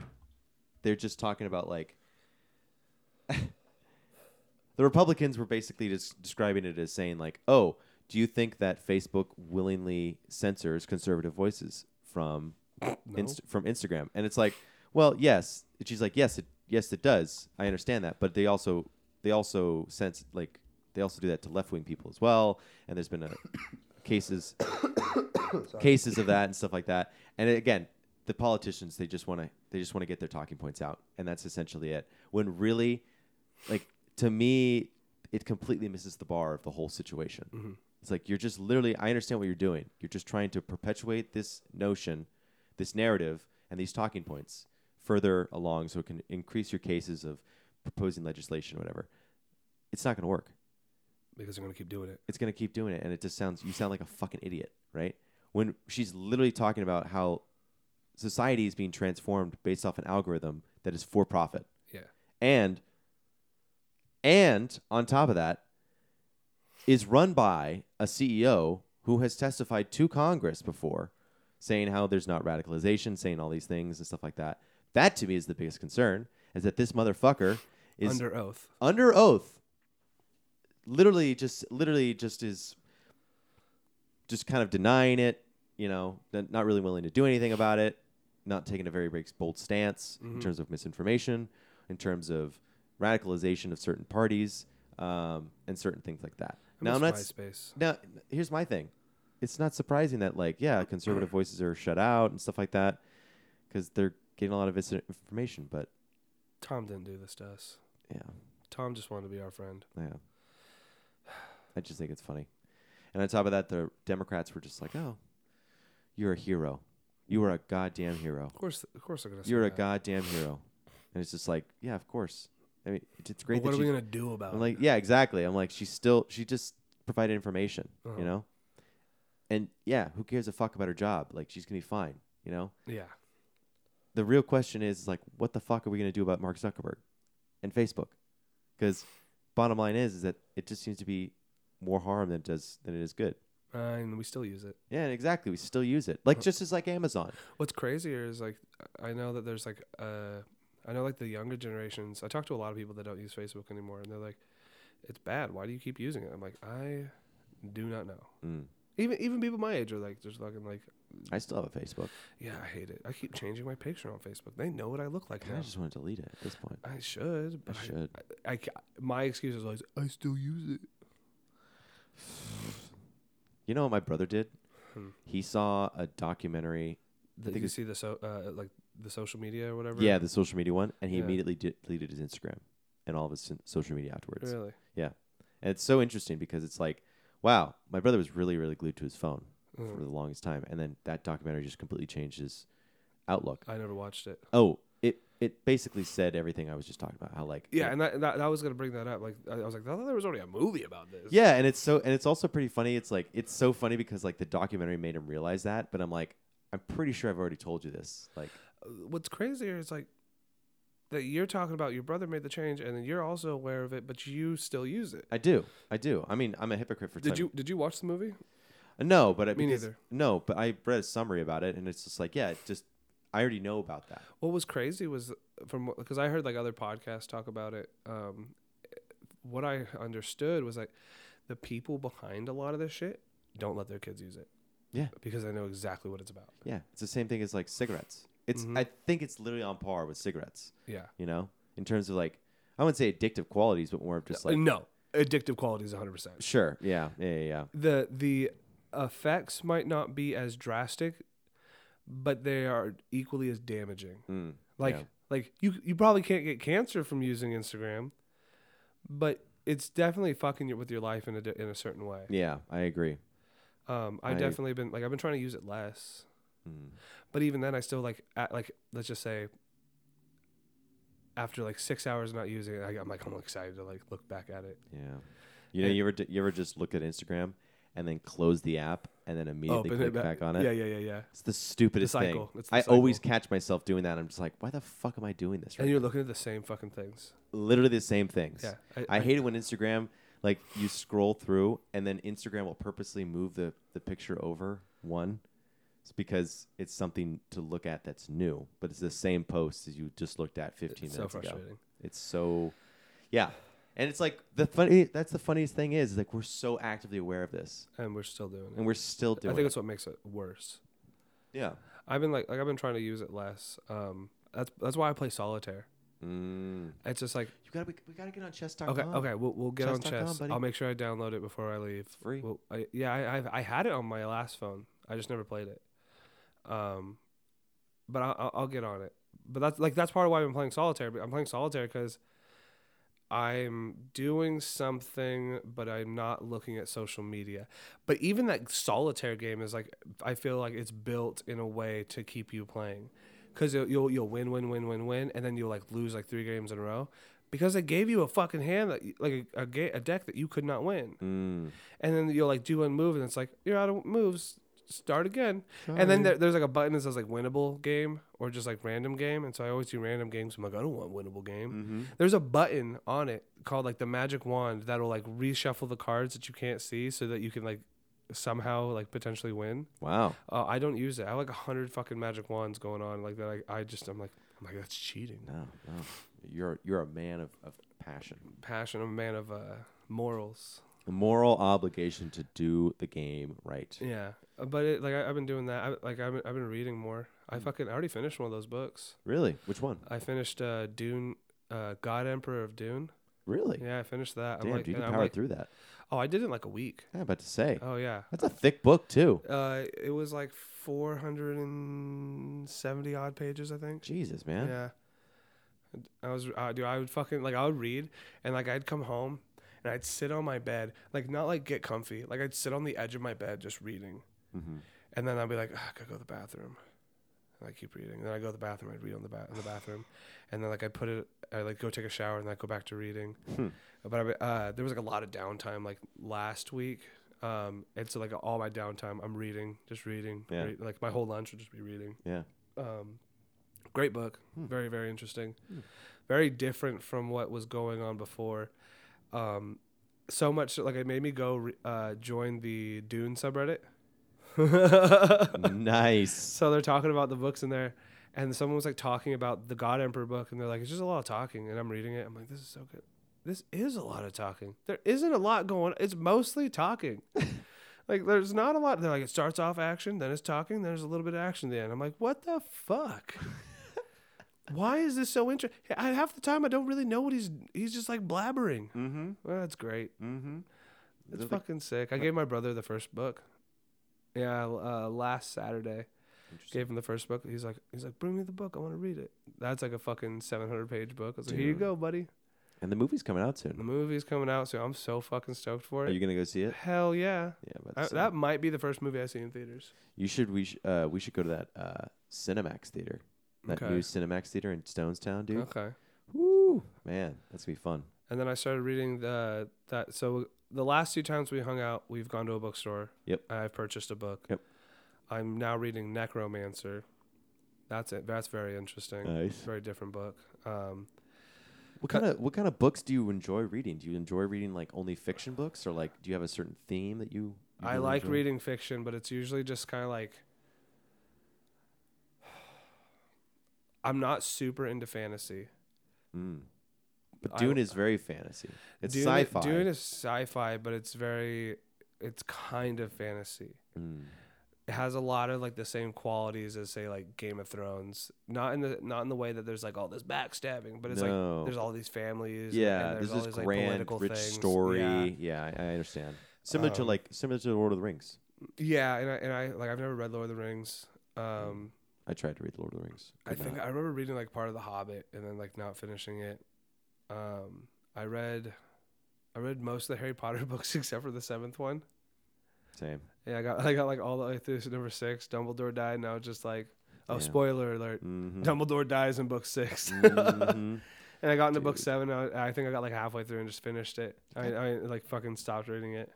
Speaker 3: they're just talking about like. The Republicans were basically just describing it as saying like, "Oh, do you think that Facebook willingly censors conservative voices from Inst- from Instagram. And it's like, well, yes. And she's like, yes, it yes it does. I understand that, but they also they also sense like they also do that to left wing people as well. And there's been a, *coughs* cases *coughs* cases of that and stuff like that. And again, the politicians they just want to they just want to get their talking points out, and that's essentially it. When really, like to me, it completely misses the bar of the whole situation. It's like you're just literally. I understand what you're doing. You're just trying to perpetuate this notion, this narrative, and these talking points further along, so it can increase your cases of proposing legislation, or whatever. It's not going to work
Speaker 2: Because they're gonna keep doing it.
Speaker 3: it's gonna keep doing it, and it just sounds you sound like a fucking idiot, right? When she's literally talking about how society is being transformed based off an algorithm that is for profit,
Speaker 2: Yeah.
Speaker 3: and and on top of that, is run by a CEO who has testified to Congress before, saying how there's not radicalization, saying all these things and stuff like that. That to me is the biggest concern, is that this motherfucker is
Speaker 2: Under oath.
Speaker 3: under oath literally just literally just is just kind of denying it you know n- not really willing to do anything about it not taking a very, very bold stance in terms of misinformation in terms of radicalization of certain parties um, and certain things like that
Speaker 2: I
Speaker 3: now i'm not s-
Speaker 2: MySpace.
Speaker 3: now here's my thing it's not surprising that like yeah conservative voices are shut out and stuff like that because they're getting a lot of mis- information but
Speaker 2: Tom didn't do this to us.
Speaker 3: yeah
Speaker 2: Tom just wanted to be our friend.
Speaker 3: Yeah. I just think it's funny. And on top of that, the Democrats were just like, oh, you're a hero. You are a goddamn hero.
Speaker 2: Of course, of course, they're gonna. say
Speaker 3: You're a
Speaker 2: that.
Speaker 3: goddamn hero. And it's just like, yeah, of course. I mean, it's, it's great
Speaker 2: But what
Speaker 3: that
Speaker 2: are we
Speaker 3: she's-
Speaker 2: gonna do about
Speaker 3: I'm
Speaker 2: it?
Speaker 3: like, yeah, exactly. I'm like, she's still, she just provided
Speaker 2: Uh-huh.
Speaker 3: information, you know? And yeah, who cares a fuck about her job? Like, she's going to be fine, You know,
Speaker 2: Yeah.
Speaker 3: the real question is like, what the fuck are we gonna do about Mark Zuckerberg and Facebook? Because bottom line is, is that it just seems to be more harm than it does than it is good.
Speaker 2: Uh, and we still use it.
Speaker 3: Yeah, and exactly. We still use it, like just as like Amazon.
Speaker 2: What's crazier is like I know that there's like uh I know like the younger generations. I talk to a lot of people that don't use Facebook anymore, and they're like, "It's bad. Why do you keep using it?" I'm like, I do not know.
Speaker 3: Mm.
Speaker 2: Even even people my age are like just fucking like,
Speaker 3: I still have a Facebook.
Speaker 2: "Yeah, I hate it. I keep changing my picture on Facebook. They know what I look like
Speaker 3: Kinda
Speaker 2: now."
Speaker 3: just want to delete it at this point.
Speaker 2: I should,
Speaker 3: I
Speaker 2: but I
Speaker 3: should.
Speaker 2: I, ca- my excuse is always I still use it.
Speaker 3: You know what my brother did?
Speaker 2: Hmm.
Speaker 3: He saw a documentary.
Speaker 2: That you
Speaker 3: think it's-
Speaker 2: see the so uh, like the social media or whatever.
Speaker 3: Yeah, the social media one, and he
Speaker 2: Yeah.
Speaker 3: immediately de- deleted his Instagram and all of his sin- social media afterwards.
Speaker 2: really.
Speaker 3: And it's so interesting because it's like, wow, my brother was really, really glued to his phone for
Speaker 2: Mm.
Speaker 3: the longest time, and then that documentary just completely changed his outlook.
Speaker 2: I never watched it.
Speaker 3: Oh, it it basically said everything I was just talking about. How like
Speaker 2: Yeah, and that, that, that was gonna bring that up. Like I, I was like, I thought there was already a movie about this.
Speaker 3: Yeah, and it's so and it's also pretty funny. It's like it's so funny because like the documentary made him realize that, but I'm like, I'm pretty sure I've already told you this. Like,
Speaker 2: Uh, What's crazier is like that you're talking about your brother made the change, and then you're also aware of it, but you still use it.
Speaker 3: I do, I do. I mean, I'm a hypocrite for.
Speaker 2: Did
Speaker 3: telling- Uh,
Speaker 2: you did you watch the movie?
Speaker 3: No, but I,
Speaker 2: Me
Speaker 3: because-
Speaker 2: neither.
Speaker 3: No, but I read a summary about it, and it's just like, yeah, it just I already know about that.
Speaker 2: What was crazy was from because I heard like other podcasts talk about it. Um, what I understood was like the people behind a lot of this shit don't let their kids use it.
Speaker 3: Yeah.
Speaker 2: because they know exactly what it's about.
Speaker 3: Yeah, it's the same thing as like cigarettes. It's
Speaker 2: Mm-hmm.
Speaker 3: I think it's literally on par with cigarettes.
Speaker 2: Yeah,
Speaker 3: You know, in terms of like, I wouldn't say addictive qualities, but more of just like,
Speaker 2: no addictive quality is 100. percent
Speaker 3: sure, yeah, yeah, yeah, yeah.
Speaker 2: the the effects might not be as drastic, but they are equally as damaging.
Speaker 3: Mm,
Speaker 2: Like
Speaker 3: yeah.
Speaker 2: like you you probably can't get cancer from using Instagram, but it's definitely fucking you with your life in a di- in a certain way.
Speaker 3: yeah, I agree.
Speaker 2: Um, I've
Speaker 3: I-
Speaker 2: definitely been like I've been trying to use it less,
Speaker 3: Mm.
Speaker 2: but even then I still like at, like let's just say. After like six hours of not using it, I, I'm like I'm excited to like look back at it.
Speaker 3: Yeah. You know,
Speaker 2: And-
Speaker 3: you ever d- you ever just look at Instagram and then close the app and then immediately click back on it?
Speaker 2: Oh, Yeah, yeah, yeah, yeah.
Speaker 3: It's the stupidest
Speaker 2: The cycle.
Speaker 3: thing.
Speaker 2: It's the
Speaker 3: I always catch myself doing that. I'm just like, why the fuck am I doing this?
Speaker 2: And
Speaker 3: Right?
Speaker 2: you're looking at the same fucking things.
Speaker 3: Literally the same things.
Speaker 2: Yeah,
Speaker 3: I, hate it when Instagram like you scroll through and then Instagram will purposely move the the picture over one. It's because it's something to look at that's new, but it's the same post as you just looked at 15
Speaker 2: It's so
Speaker 3: minutes ago.
Speaker 2: frustrating.
Speaker 3: It's so, yeah. And it's like the funny. That's the funniest thing is like we're so actively aware of this,
Speaker 2: and we're still doing it.
Speaker 3: and we're still
Speaker 2: I
Speaker 3: doing.
Speaker 2: think
Speaker 3: it.
Speaker 2: that's what makes it worse.
Speaker 3: yeah.
Speaker 2: I've been like, like I've been trying to use it less. Um, that's that's why I play solitaire.
Speaker 3: Mm.
Speaker 2: It's just like
Speaker 3: You gotta. We, we gotta get on chess.com.
Speaker 2: okay, okay, we'll, we'll get on
Speaker 3: Chess.com,
Speaker 2: chess.
Speaker 3: buddy.
Speaker 2: I'll make sure I download it before I leave.
Speaker 3: Free.
Speaker 2: Well, I, yeah, I, I've, I had it on my last phone. I just never played it. Um, but I, I'll, I'll get on it. But that's like that's part of why I'm playing solitaire. But I'm playing solitaire because I'm doing something, but I'm not looking at social media. But even that solitaire game is like I feel like it's built in a way to keep you playing, because you'll you'll win, win, win, win, win, and then you'll like lose like three games in a row. Because they gave you a fucking hand that, you- like a, a, ga- a deck that you could not win,
Speaker 3: Mm.
Speaker 2: and then you'll like do one move and it's like you're out of moves start again and then there, there's like a button that says like winnable game or just like random game and so i always do random games i'm like i don't want winnable game there's a button on it called like the magic wand that'll like reshuffle the cards that you can't see so that you can like somehow like potentially win
Speaker 3: Wow.
Speaker 2: uh, i don't use it i have like a hundred fucking magic wands going on like that i, I just i'm like i'm like that's cheating
Speaker 3: No. No. You're you're a man of, of passion,
Speaker 2: passion i'm a man of uh morals
Speaker 3: a moral obligation to do the game right.
Speaker 2: Yeah, uh, but it, like I, I've been doing that. I, like I've been, I've been reading more. I fucking I already finished one of those books.
Speaker 3: Really? Which one?
Speaker 2: I finished uh, Dune, uh, God Emperor of Dune.
Speaker 3: Really?
Speaker 2: Yeah, I finished that.
Speaker 3: Damn,
Speaker 2: I'm like,
Speaker 3: dude, you
Speaker 2: and I'm
Speaker 3: powered
Speaker 2: like-
Speaker 3: through that.
Speaker 2: Oh, I did it in like a week.
Speaker 3: I'm about to say
Speaker 2: Oh yeah,
Speaker 3: that's a thick book too.
Speaker 2: uh, it was like four hundred and seventy odd pages, I think.
Speaker 3: Jesus, man.
Speaker 2: Yeah. I was, uh, dude, I would fucking, like, I would read and, like, I'd come home and I'd sit on my bed, like, not like get comfy. Like, I'd sit on the edge of my bed just reading.
Speaker 3: Mm-hmm.
Speaker 2: And then I'd be like, "Ah, I gotta go to the bathroom. And I keep reading. And then I go to the bathroom, I'd read on the ba- in the bathroom. And then, like, I'd put it, I like go take a
Speaker 3: Hmm.
Speaker 2: shower and then I'd go back to reading. But I, uh, there was, like, a lot of downtime, like, last week. Um, and so like all my downtime, I'm reading, just reading.
Speaker 3: Yeah.
Speaker 2: Read, like my whole lunch would just be reading. *laughs*
Speaker 3: Yeah.
Speaker 2: Um, great book, very very interesting, very different from what was going on before. Um, so much like it made me go re- uh, join the Dune subreddit. *laughs*
Speaker 3: nice.
Speaker 2: So they're talking about the books in there, and someone was like talking about the God Emperor book, and they're like, it's just a lot of talking. And I'm reading it. I'm like, this is so good. This is a lot of talking. There isn't a lot going. It's mostly
Speaker 3: *laughs*
Speaker 2: talking. like there's not a lot. They're like, it starts off action, then it's talking, then there's a little bit of action at the end. I'm like, what the
Speaker 3: *laughs*
Speaker 2: fuck. Why is this so interesting? I half the time I don't really know what he's he's just like blabbering.
Speaker 3: Mm-hmm.
Speaker 2: Well, that's great.
Speaker 3: Mm-hmm. uh,
Speaker 2: It's
Speaker 3: Really?
Speaker 2: fucking sick. I gave my brother the first book. Yeah, uh, last Saturday gave him the first book. He's like, he's like, bring me the book. I want to read it. That's like a fucking 700 page book. I was like, here you
Speaker 3: Dude.
Speaker 2: go, buddy.
Speaker 3: And the movie's coming out
Speaker 2: The
Speaker 3: soon.
Speaker 2: movie's coming out, so I'm so fucking stoked for
Speaker 3: Are
Speaker 2: it.
Speaker 3: you gonna go see it?
Speaker 2: Hell yeah.
Speaker 3: Yeah, but
Speaker 2: I,
Speaker 3: so-
Speaker 2: Uh, that might be the first movie I see in theaters.
Speaker 3: you should. We sh- uh, we should go to that uh, Cinemax theater. That
Speaker 2: Okay.
Speaker 3: new Cinemax theater in Stonestown, dude.
Speaker 2: Okay.
Speaker 3: Woo, man, that's gonna be fun.
Speaker 2: And then I started reading the that. So the last two times we hung out, we've gone to a bookstore.
Speaker 3: Yep.
Speaker 2: And I've purchased a book.
Speaker 3: Yep.
Speaker 2: I'm now reading Necromancer. That's it. That's very interesting.
Speaker 3: Nice.
Speaker 2: Very different book. Um,
Speaker 3: What kind of what kind of books do you enjoy reading? Do you enjoy reading like only fiction books, or like do you have a certain theme that you? you
Speaker 2: I
Speaker 3: really
Speaker 2: like
Speaker 3: enjoy?
Speaker 2: reading fiction, but it's usually just kind of like I'm not super into fantasy.
Speaker 3: Mm. But
Speaker 2: I-
Speaker 3: Dune is very fantasy. It's
Speaker 2: Dune,
Speaker 3: sci-fi.
Speaker 2: Dune is sci-fi, but it's very it's kind of fantasy.
Speaker 3: Mm.
Speaker 2: It has a lot of like the same qualities as say like Game of Thrones. Not in the not in the way that there's like all this backstabbing, but it's
Speaker 3: No.
Speaker 2: like there's all these families. and-
Speaker 3: Yeah,
Speaker 2: and
Speaker 3: there's
Speaker 2: all
Speaker 3: this
Speaker 2: these, like,
Speaker 3: grand,
Speaker 2: political
Speaker 3: rich
Speaker 2: things.
Speaker 3: story.
Speaker 2: Yeah.
Speaker 3: Yeah, I, I understand. Similar to
Speaker 2: Um,
Speaker 3: like similar to Lord of the Rings.
Speaker 2: yeah, and I and I like I've never read Lord of the Rings. Um,
Speaker 3: I tried to read Lord of the Rings.
Speaker 2: I
Speaker 3: Could
Speaker 2: think
Speaker 3: not.
Speaker 2: I remember reading like part of The Hobbit and then like not finishing it. Um, I read, I read most of the Harry Potter *laughs* books except for the seventh one.
Speaker 3: same.
Speaker 2: Yeah, I got *laughs* I got like all the way through number six. Dumbledore died, and I was just like, oh,
Speaker 3: Yeah.
Speaker 2: spoiler alert.
Speaker 3: Mm-hmm. *laughs*
Speaker 2: Dumbledore dies in book *laughs* 6
Speaker 3: Mhm.
Speaker 2: and I got into book
Speaker 3: Dude.
Speaker 2: seven. and I, I think I got like halfway through and just finished it. I, I like fucking stopped reading it.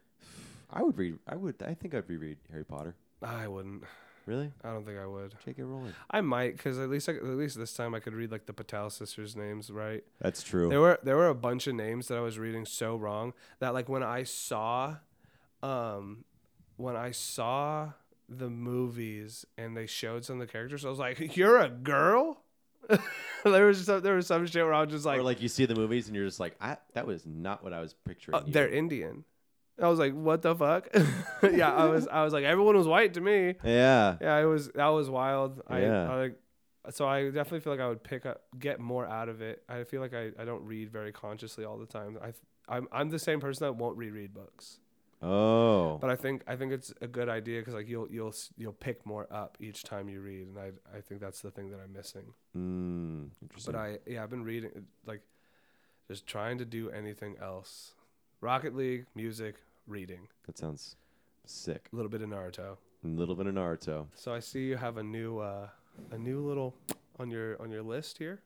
Speaker 3: I would read. I would. I think I'd reread Harry Potter.
Speaker 2: I wouldn't.
Speaker 3: Really,
Speaker 2: I don't think I would.
Speaker 3: J.K. Rowling.
Speaker 2: I might, cause at least I, at least this time I could read like the Patel sisters' names right.
Speaker 3: That's true.
Speaker 2: There were there were a bunch of names that I was reading so wrong that like when I saw, um, when I saw the movies and they showed some of the characters, I was like, *laughs* "You're a girl." *laughs* there was some, there was some shit where I was just like,
Speaker 3: or like you see the movies and you're just like, I, that was not what I was picturing.
Speaker 2: "Uh,
Speaker 3: you."
Speaker 2: "They're Indian." I was like, "What the fuck?" *laughs* yeah, I was I was like, everyone was white to me.
Speaker 3: Yeah.
Speaker 2: Yeah, it was that was wild. I,
Speaker 3: Yeah.
Speaker 2: I like so I definitely feel like I would pick up get more out of it. I feel like I, I don't read very consciously all the time. I I'm I'm the same person that won't reread books.
Speaker 3: Oh.
Speaker 2: But I think I think it's a good idea cuz like you'll you'll s- you'll pick more up each time you read and I I think that's the thing that I'm missing.
Speaker 3: mm, interesting.
Speaker 2: But I yeah, I've been reading like just trying to do anything else. Rocket League, music, reading,
Speaker 3: that sounds sick.
Speaker 2: a little bit of Naruto.
Speaker 3: A little bit of Naruto.
Speaker 2: So I see you have a new uh, a new little on your on your list here.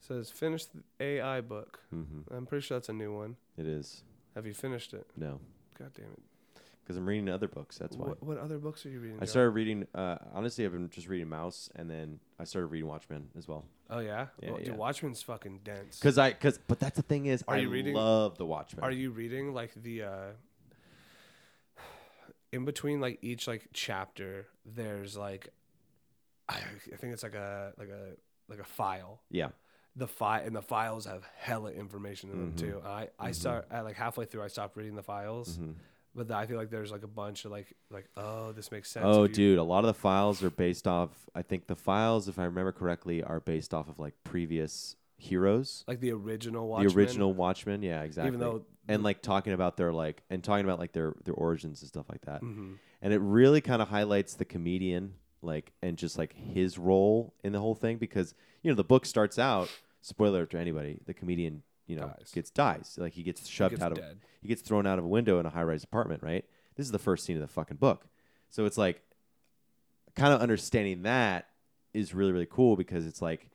Speaker 2: It says finish the AI book.
Speaker 3: Mm-hmm.
Speaker 2: I'm pretty sure that's a new one.
Speaker 3: It is
Speaker 2: Have you finished it?
Speaker 3: no,
Speaker 2: God damn it.
Speaker 3: because I'm reading other books. That's why.
Speaker 2: What, what other books are you reading?
Speaker 3: I
Speaker 2: John?
Speaker 3: started reading. Uh, honestly, I've been just reading Mouse, and then I started reading Watchmen as well.
Speaker 2: Oh yeah.
Speaker 3: Yeah,
Speaker 2: well,
Speaker 3: yeah.
Speaker 2: Dude, Watchmen's fucking dense.
Speaker 3: Cause I, cause, but that's the thing is,
Speaker 2: Are
Speaker 3: I
Speaker 2: you reading-
Speaker 3: love the Watchmen.
Speaker 2: Are you reading like the uh, in between like each like chapter? There's like I, I think it's like a like a like a file
Speaker 3: Yeah.
Speaker 2: the file and the files have hella information in
Speaker 3: Mm-hmm.
Speaker 2: them too. I I start at like halfway through, I stopped reading the files,
Speaker 3: Mm-hmm.
Speaker 2: but I feel like there's like a bunch of like like oh this makes sense.
Speaker 3: Oh,
Speaker 2: if you-
Speaker 3: dude, a lot of the files are based off. I think the files, if I remember correctly, are based off of like previous heroes,
Speaker 2: like the original Watchmen.
Speaker 3: the original Watchmen. Yeah, exactly.
Speaker 2: though-
Speaker 3: and like talking about their like and talking about like their their origins and stuff like that.
Speaker 2: Mm-hmm.
Speaker 3: And it really kind of highlights the comedian like and just like his role in the whole thing because you know the book starts out spoiler to anybody the comedian you know
Speaker 2: Dies.
Speaker 3: gets dies like he gets shoved
Speaker 2: gets
Speaker 3: out of
Speaker 2: dead.
Speaker 3: he gets thrown out of a window in a high rise apartment right this is the first scene of the fucking book so it's like kind of understanding that is really really cool because it's like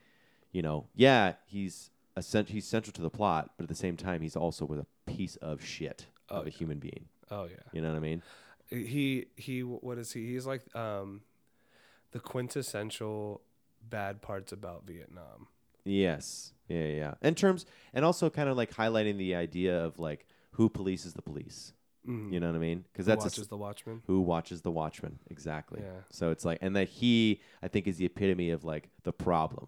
Speaker 3: you know yeah he's a cent- he's central to the plot but at the same time he's also was a piece of shit of a human being
Speaker 2: Oh yeah.
Speaker 3: You know what I mean?
Speaker 2: He he. What is he? He's like um, the quintessential bad parts about Vietnam.
Speaker 3: Yes. Yeah, yeah. In terms, and also kind of like highlighting the idea of like who polices the police. You know what I mean? Because
Speaker 2: Mm-hmm. Who
Speaker 3: that's a s-
Speaker 2: watches the Watchmen.
Speaker 3: who watches the Watchmen exactly.
Speaker 2: Yeah.
Speaker 3: So it's like, and that he, I think, is the epitome of like the problem.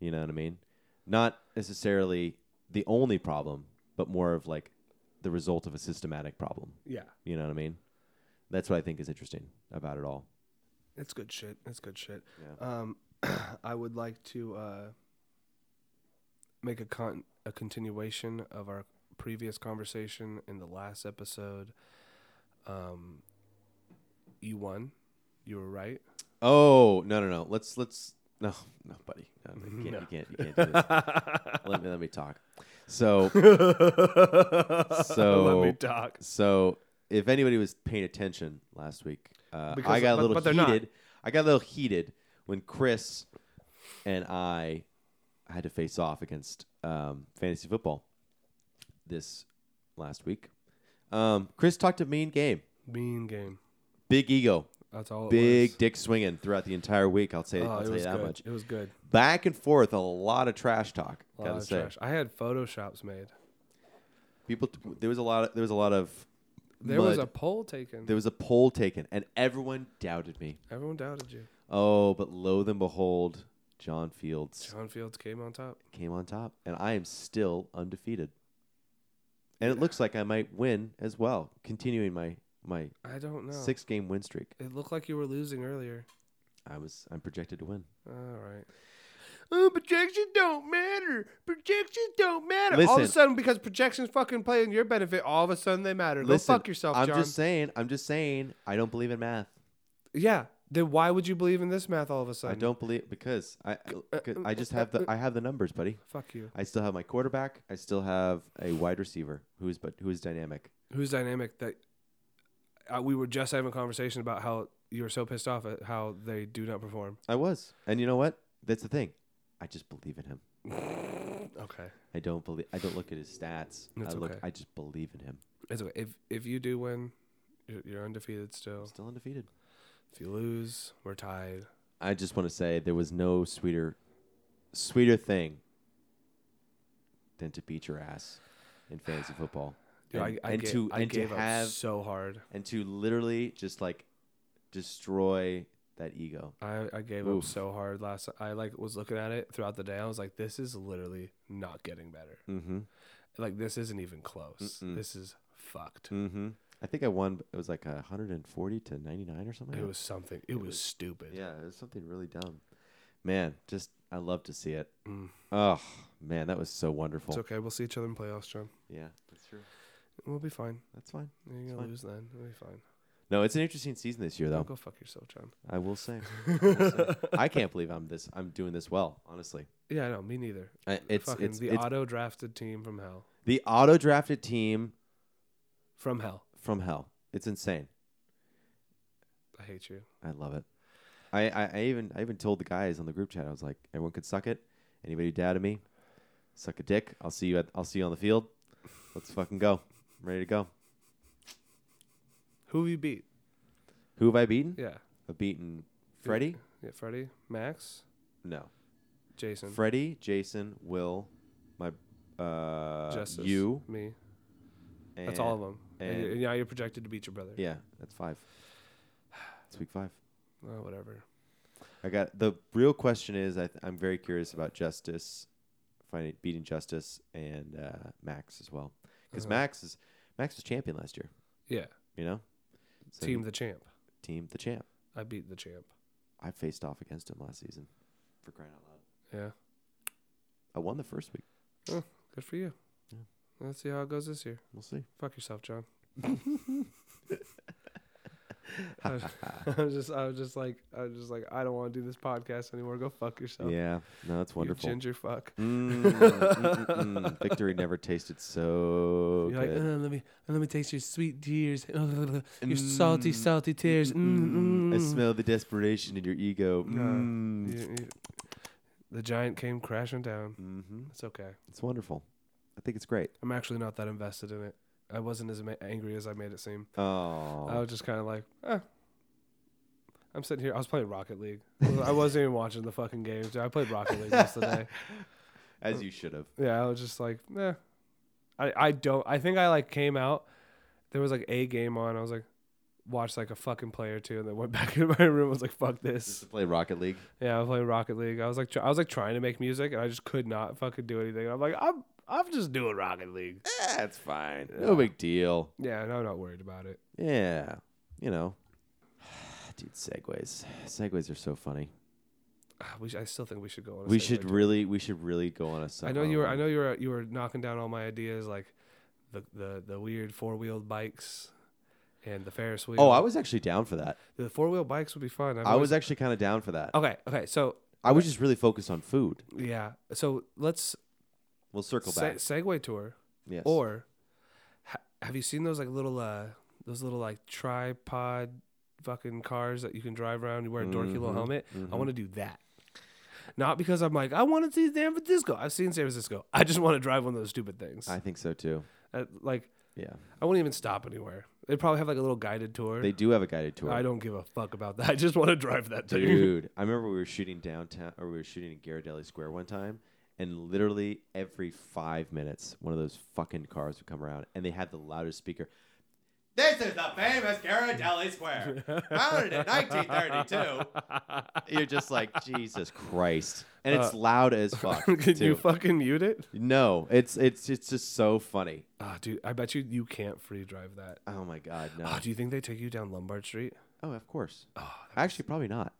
Speaker 3: You know what I mean? Not necessarily the only problem, but more of like the result of a systematic problem.
Speaker 2: Yeah,
Speaker 3: You know what I mean? That's what I think is interesting about it all.
Speaker 2: it's good shit. It's good shit.
Speaker 3: Yeah.
Speaker 2: Um, *clears throat* I would like to uh, make a con a continuation of our previous conversation in the last episode. Um, you won. You were right.
Speaker 3: *laughs*
Speaker 2: *laughs*
Speaker 3: Oh no no no! Let's let's no no buddy. No, no, you,
Speaker 2: *laughs*
Speaker 3: can't,
Speaker 2: No.
Speaker 3: you can't you can't do this. let me let me talk. So
Speaker 2: Let me
Speaker 3: so
Speaker 2: talk.
Speaker 3: so if anybody was paying attention last week, uh, I
Speaker 2: Because-
Speaker 3: got a
Speaker 2: but-
Speaker 3: little
Speaker 2: but they're not.
Speaker 3: heated. I got a little heated when Chris and I had to face off against um, fantasy football this last week. Um, Chris talked a mean game,
Speaker 2: Mean game.
Speaker 3: big ego,
Speaker 2: That's all. It
Speaker 3: big
Speaker 2: Was.
Speaker 3: dick swinging throughout the entire week. I'll say
Speaker 2: Oh,
Speaker 3: I'll
Speaker 2: it
Speaker 3: tell you
Speaker 2: was
Speaker 3: that
Speaker 2: good.
Speaker 3: much.
Speaker 2: It was good.
Speaker 3: Back and forth, a lot of trash talk.
Speaker 2: A lot
Speaker 3: gotta
Speaker 2: of
Speaker 3: say,
Speaker 2: trash. I had photoshops made.
Speaker 3: people. There was a lot. Of, there was a lot of.
Speaker 2: There was a
Speaker 3: mud.
Speaker 2: poll taken.
Speaker 3: There was a poll taken, and everyone doubted me.
Speaker 2: Everyone doubted you.
Speaker 3: Oh, but lo and behold, John Fields
Speaker 2: John Fields came on top.
Speaker 3: came on top, and I am still undefeated. And it looks like I might win as well, continuing my my
Speaker 2: I don't know.
Speaker 3: six game win streak.
Speaker 2: It looked like you were losing earlier.
Speaker 3: I was I'm projected to win.
Speaker 2: All right. Oh, projections don't matter. Projections don't matter. all of a
Speaker 3: Listen.
Speaker 2: sudden, because projections fucking play in your benefit, all of a sudden they matter. Go fuck yourself,
Speaker 3: I'm
Speaker 2: John.
Speaker 3: just saying. I'm just saying. I don't believe in math.
Speaker 2: Yeah. Then why would you believe in this math all of a
Speaker 3: I
Speaker 2: sudden?
Speaker 3: don't believe because I
Speaker 2: uh,
Speaker 3: I just have the I have the numbers, buddy.
Speaker 2: Fuck you.
Speaker 3: I still have my quarterback. I still have a wide receiver who's but who is dynamic.
Speaker 2: Who's dynamic? That uh, we were just having a conversation about how you were so pissed off at how they do not
Speaker 3: *laughs*
Speaker 2: perform.
Speaker 3: I was, and you know what? That's the thing. I just believe in him.
Speaker 2: Okay.
Speaker 3: I don't believe. I don't look at his stats.
Speaker 2: That's
Speaker 3: I look.
Speaker 2: okay.
Speaker 3: I just believe in him.
Speaker 2: It's okay. If if you do win, you're, you're undefeated still.
Speaker 3: Still undefeated.
Speaker 2: If you lose, we're tied.
Speaker 3: I just want to say there was no sweeter, sweeter thing than to beat your ass in fantasy football,
Speaker 2: Dude,
Speaker 3: and,
Speaker 2: I, I,
Speaker 3: and
Speaker 2: ga-
Speaker 3: to
Speaker 2: I
Speaker 3: and
Speaker 2: gave
Speaker 3: to
Speaker 2: up
Speaker 3: have
Speaker 2: so hard.
Speaker 3: and to literally just like destroy that ego.
Speaker 2: I, I gave
Speaker 3: Oof.
Speaker 2: up so hard last. I like was looking at it throughout the day. I was like, this is literally not getting better.
Speaker 3: Mm-hmm.
Speaker 2: Like this isn't even close.
Speaker 3: Mm-mm.
Speaker 2: This is fucked.
Speaker 3: Mm-hmm. I think I won. It was like a 140 to 99 or something.
Speaker 2: It was something. It, was,
Speaker 3: was-
Speaker 2: stupid.
Speaker 3: Yeah, it was something really dumb. Man, just I love to see it.
Speaker 2: Mm.
Speaker 3: Oh man, that was so wonderful.
Speaker 2: It's okay. We'll see each other in playoffs, John.
Speaker 3: Yeah, that's true.
Speaker 2: We'll be fine.
Speaker 3: That's fine.
Speaker 2: You're
Speaker 3: It's
Speaker 2: gonna
Speaker 3: fine. Oh.
Speaker 2: lose then. We'll be fine.
Speaker 3: No, it's an interesting season this year, though.
Speaker 2: Go fuck yourself, John.
Speaker 3: I will
Speaker 2: *laughs*
Speaker 3: say, I, will say. I can't believe I'm this. I'm doing this well, honestly.
Speaker 2: Yeah, I know. Me neither.
Speaker 3: I, it's
Speaker 2: Fucking
Speaker 3: it's
Speaker 2: the
Speaker 3: it's
Speaker 2: auto drafted team from hell.
Speaker 3: the auto drafted team
Speaker 2: From hell.
Speaker 3: from hell. It's insane.
Speaker 2: I hate you.
Speaker 3: I love it. I, I, I even I even told the guys on the group chat. I was like, everyone could suck it. Anybody who doubted me, suck a dick. I'll see you at I'll see you on the field. Let's fucking go. I'm ready to go.
Speaker 2: Who have you beat?
Speaker 3: Who have I beaten?
Speaker 2: Yeah.
Speaker 3: I've beaten Freddie.
Speaker 2: Yeah, Freddie, Max,
Speaker 3: No.
Speaker 2: Jason,
Speaker 3: Freddie, Jason, Will, my uh
Speaker 2: Justice,
Speaker 3: you.
Speaker 2: me.
Speaker 3: And,
Speaker 2: That's all of them. And,
Speaker 3: and-
Speaker 2: you- and now you're projected to beat your brother.
Speaker 3: Yeah, that's five. It's week five.
Speaker 2: Oh, whatever.
Speaker 3: I got the real question is I th- I'm very curious about Justice, finding beating Justice and uh, Max as well because
Speaker 2: Uh-huh.
Speaker 3: Max is Max was champion last year.
Speaker 2: Yeah.
Speaker 3: You know, So
Speaker 2: team
Speaker 3: he-
Speaker 2: the champ.
Speaker 3: team the champ.
Speaker 2: I beat the champ.
Speaker 3: I faced off against him last season for crying out loud.
Speaker 2: Yeah.
Speaker 3: I won the first week.
Speaker 2: Good for you.
Speaker 3: Yeah.
Speaker 2: Let's see how it goes this year.
Speaker 3: We'll see.
Speaker 2: Fuck yourself,
Speaker 3: *laughs*
Speaker 2: John. I was I was just I was just like I was just like I don't want to do this podcast anymore. Go fuck yourself.
Speaker 3: yeah, no, it's
Speaker 2: you
Speaker 3: wonderful.
Speaker 2: ginger fuck.
Speaker 3: Mm, mm,
Speaker 2: *laughs*
Speaker 3: mm, mm. Victory never tasted so
Speaker 2: You're like,
Speaker 3: good.
Speaker 2: "Uh, let me let me taste your sweet tears, *laughs* your
Speaker 3: Mm,
Speaker 2: salty, salty tears. Mm,
Speaker 3: I
Speaker 2: mm.
Speaker 3: smell the desperation in your ego.
Speaker 2: Yeah.
Speaker 3: Mm.
Speaker 2: You- you- the giant came crashing down.
Speaker 3: hmm
Speaker 2: It's okay.
Speaker 3: It's wonderful. I think it's great.
Speaker 2: I'm actually not that invested in it. I wasn't as ma- angry as I made it seem.
Speaker 3: Oh,
Speaker 2: I was just kind of like, eh. I'm sitting here. I was playing Rocket League. I wasn't even watching the fucking games. dude. I played Rocket League most of the day.
Speaker 3: *laughs* as you should have.
Speaker 2: Yeah, I was just like, eh. I, I don't. I think I like came out. There was like a game on. I was like, watched like a fucking play or two, and then went *laughs* back in my room. I was like, fuck
Speaker 3: Just *laughs*
Speaker 2: this.
Speaker 3: to play Rocket League.
Speaker 2: Yeah, I was playing Rocket League. I was like, tr- I was like trying to make music, and I just could not fucking do anything. I'm like, I'm I'm just doing Rocket League.
Speaker 3: That's Eh, fine. No big deal.
Speaker 2: Yeah, and I'm not worried about it. *sighs*
Speaker 3: Yeah, you know, *sighs* dude, segues. Segues are so funny.
Speaker 2: Ah, We sh- I still think we should go on. A
Speaker 3: we
Speaker 2: segue
Speaker 3: should
Speaker 2: too.
Speaker 3: really, we should really go on a. se-
Speaker 2: I know
Speaker 3: on
Speaker 2: you were. I
Speaker 3: one.
Speaker 2: know you were. You were knocking down all my ideas, like the the the weird four wheeled bikes and the Ferris wheel.
Speaker 3: Oh, I was actually down for that.
Speaker 2: The four wheel bikes would be fun. I've
Speaker 3: I
Speaker 2: always-
Speaker 3: was actually kind of down for that.
Speaker 2: Okay. Okay. So
Speaker 3: I was just really focused on food.
Speaker 2: yeah. So let's
Speaker 3: We'll circle
Speaker 2: se-
Speaker 3: back.
Speaker 2: segue tour.
Speaker 3: Yes.
Speaker 2: Or ha- have you seen those like little uh those little like tripod fucking cars that you can drive around? You wear a dorky
Speaker 3: Mm-hmm,
Speaker 2: little helmet. I want to do that. Not because I'm like I want to see San Francisco. I've seen San Francisco. I just want to drive one of those stupid things.
Speaker 3: I think so too.
Speaker 2: Uh, like
Speaker 3: Yeah.
Speaker 2: I wouldn't even stop anywhere. They'd probably have like a little guided tour.
Speaker 3: They do have a guided tour.
Speaker 2: I don't give a fuck about that. *laughs* I just want to drive that *laughs* thing.
Speaker 3: Dude, I remember we were shooting downtown, or we were shooting in Ghirardelli Square one time, and literally every five minutes, one of those fucking cars would come around, and they had the loudest speaker. This is the famous Ghirardelli Square, founded in 1932.
Speaker 2: *laughs*
Speaker 3: You're just like Jesus Christ, and it's loud as fuck.
Speaker 2: Uh, Can you
Speaker 3: too.
Speaker 2: fucking mute it?
Speaker 3: no, it's it's it's just so funny.
Speaker 2: Ah, dude, I bet you you can't free drive that.
Speaker 3: Oh my god, no.
Speaker 2: Ah, do you think they take you down Lombard Street
Speaker 3: Oh, of course. Actually, probably not,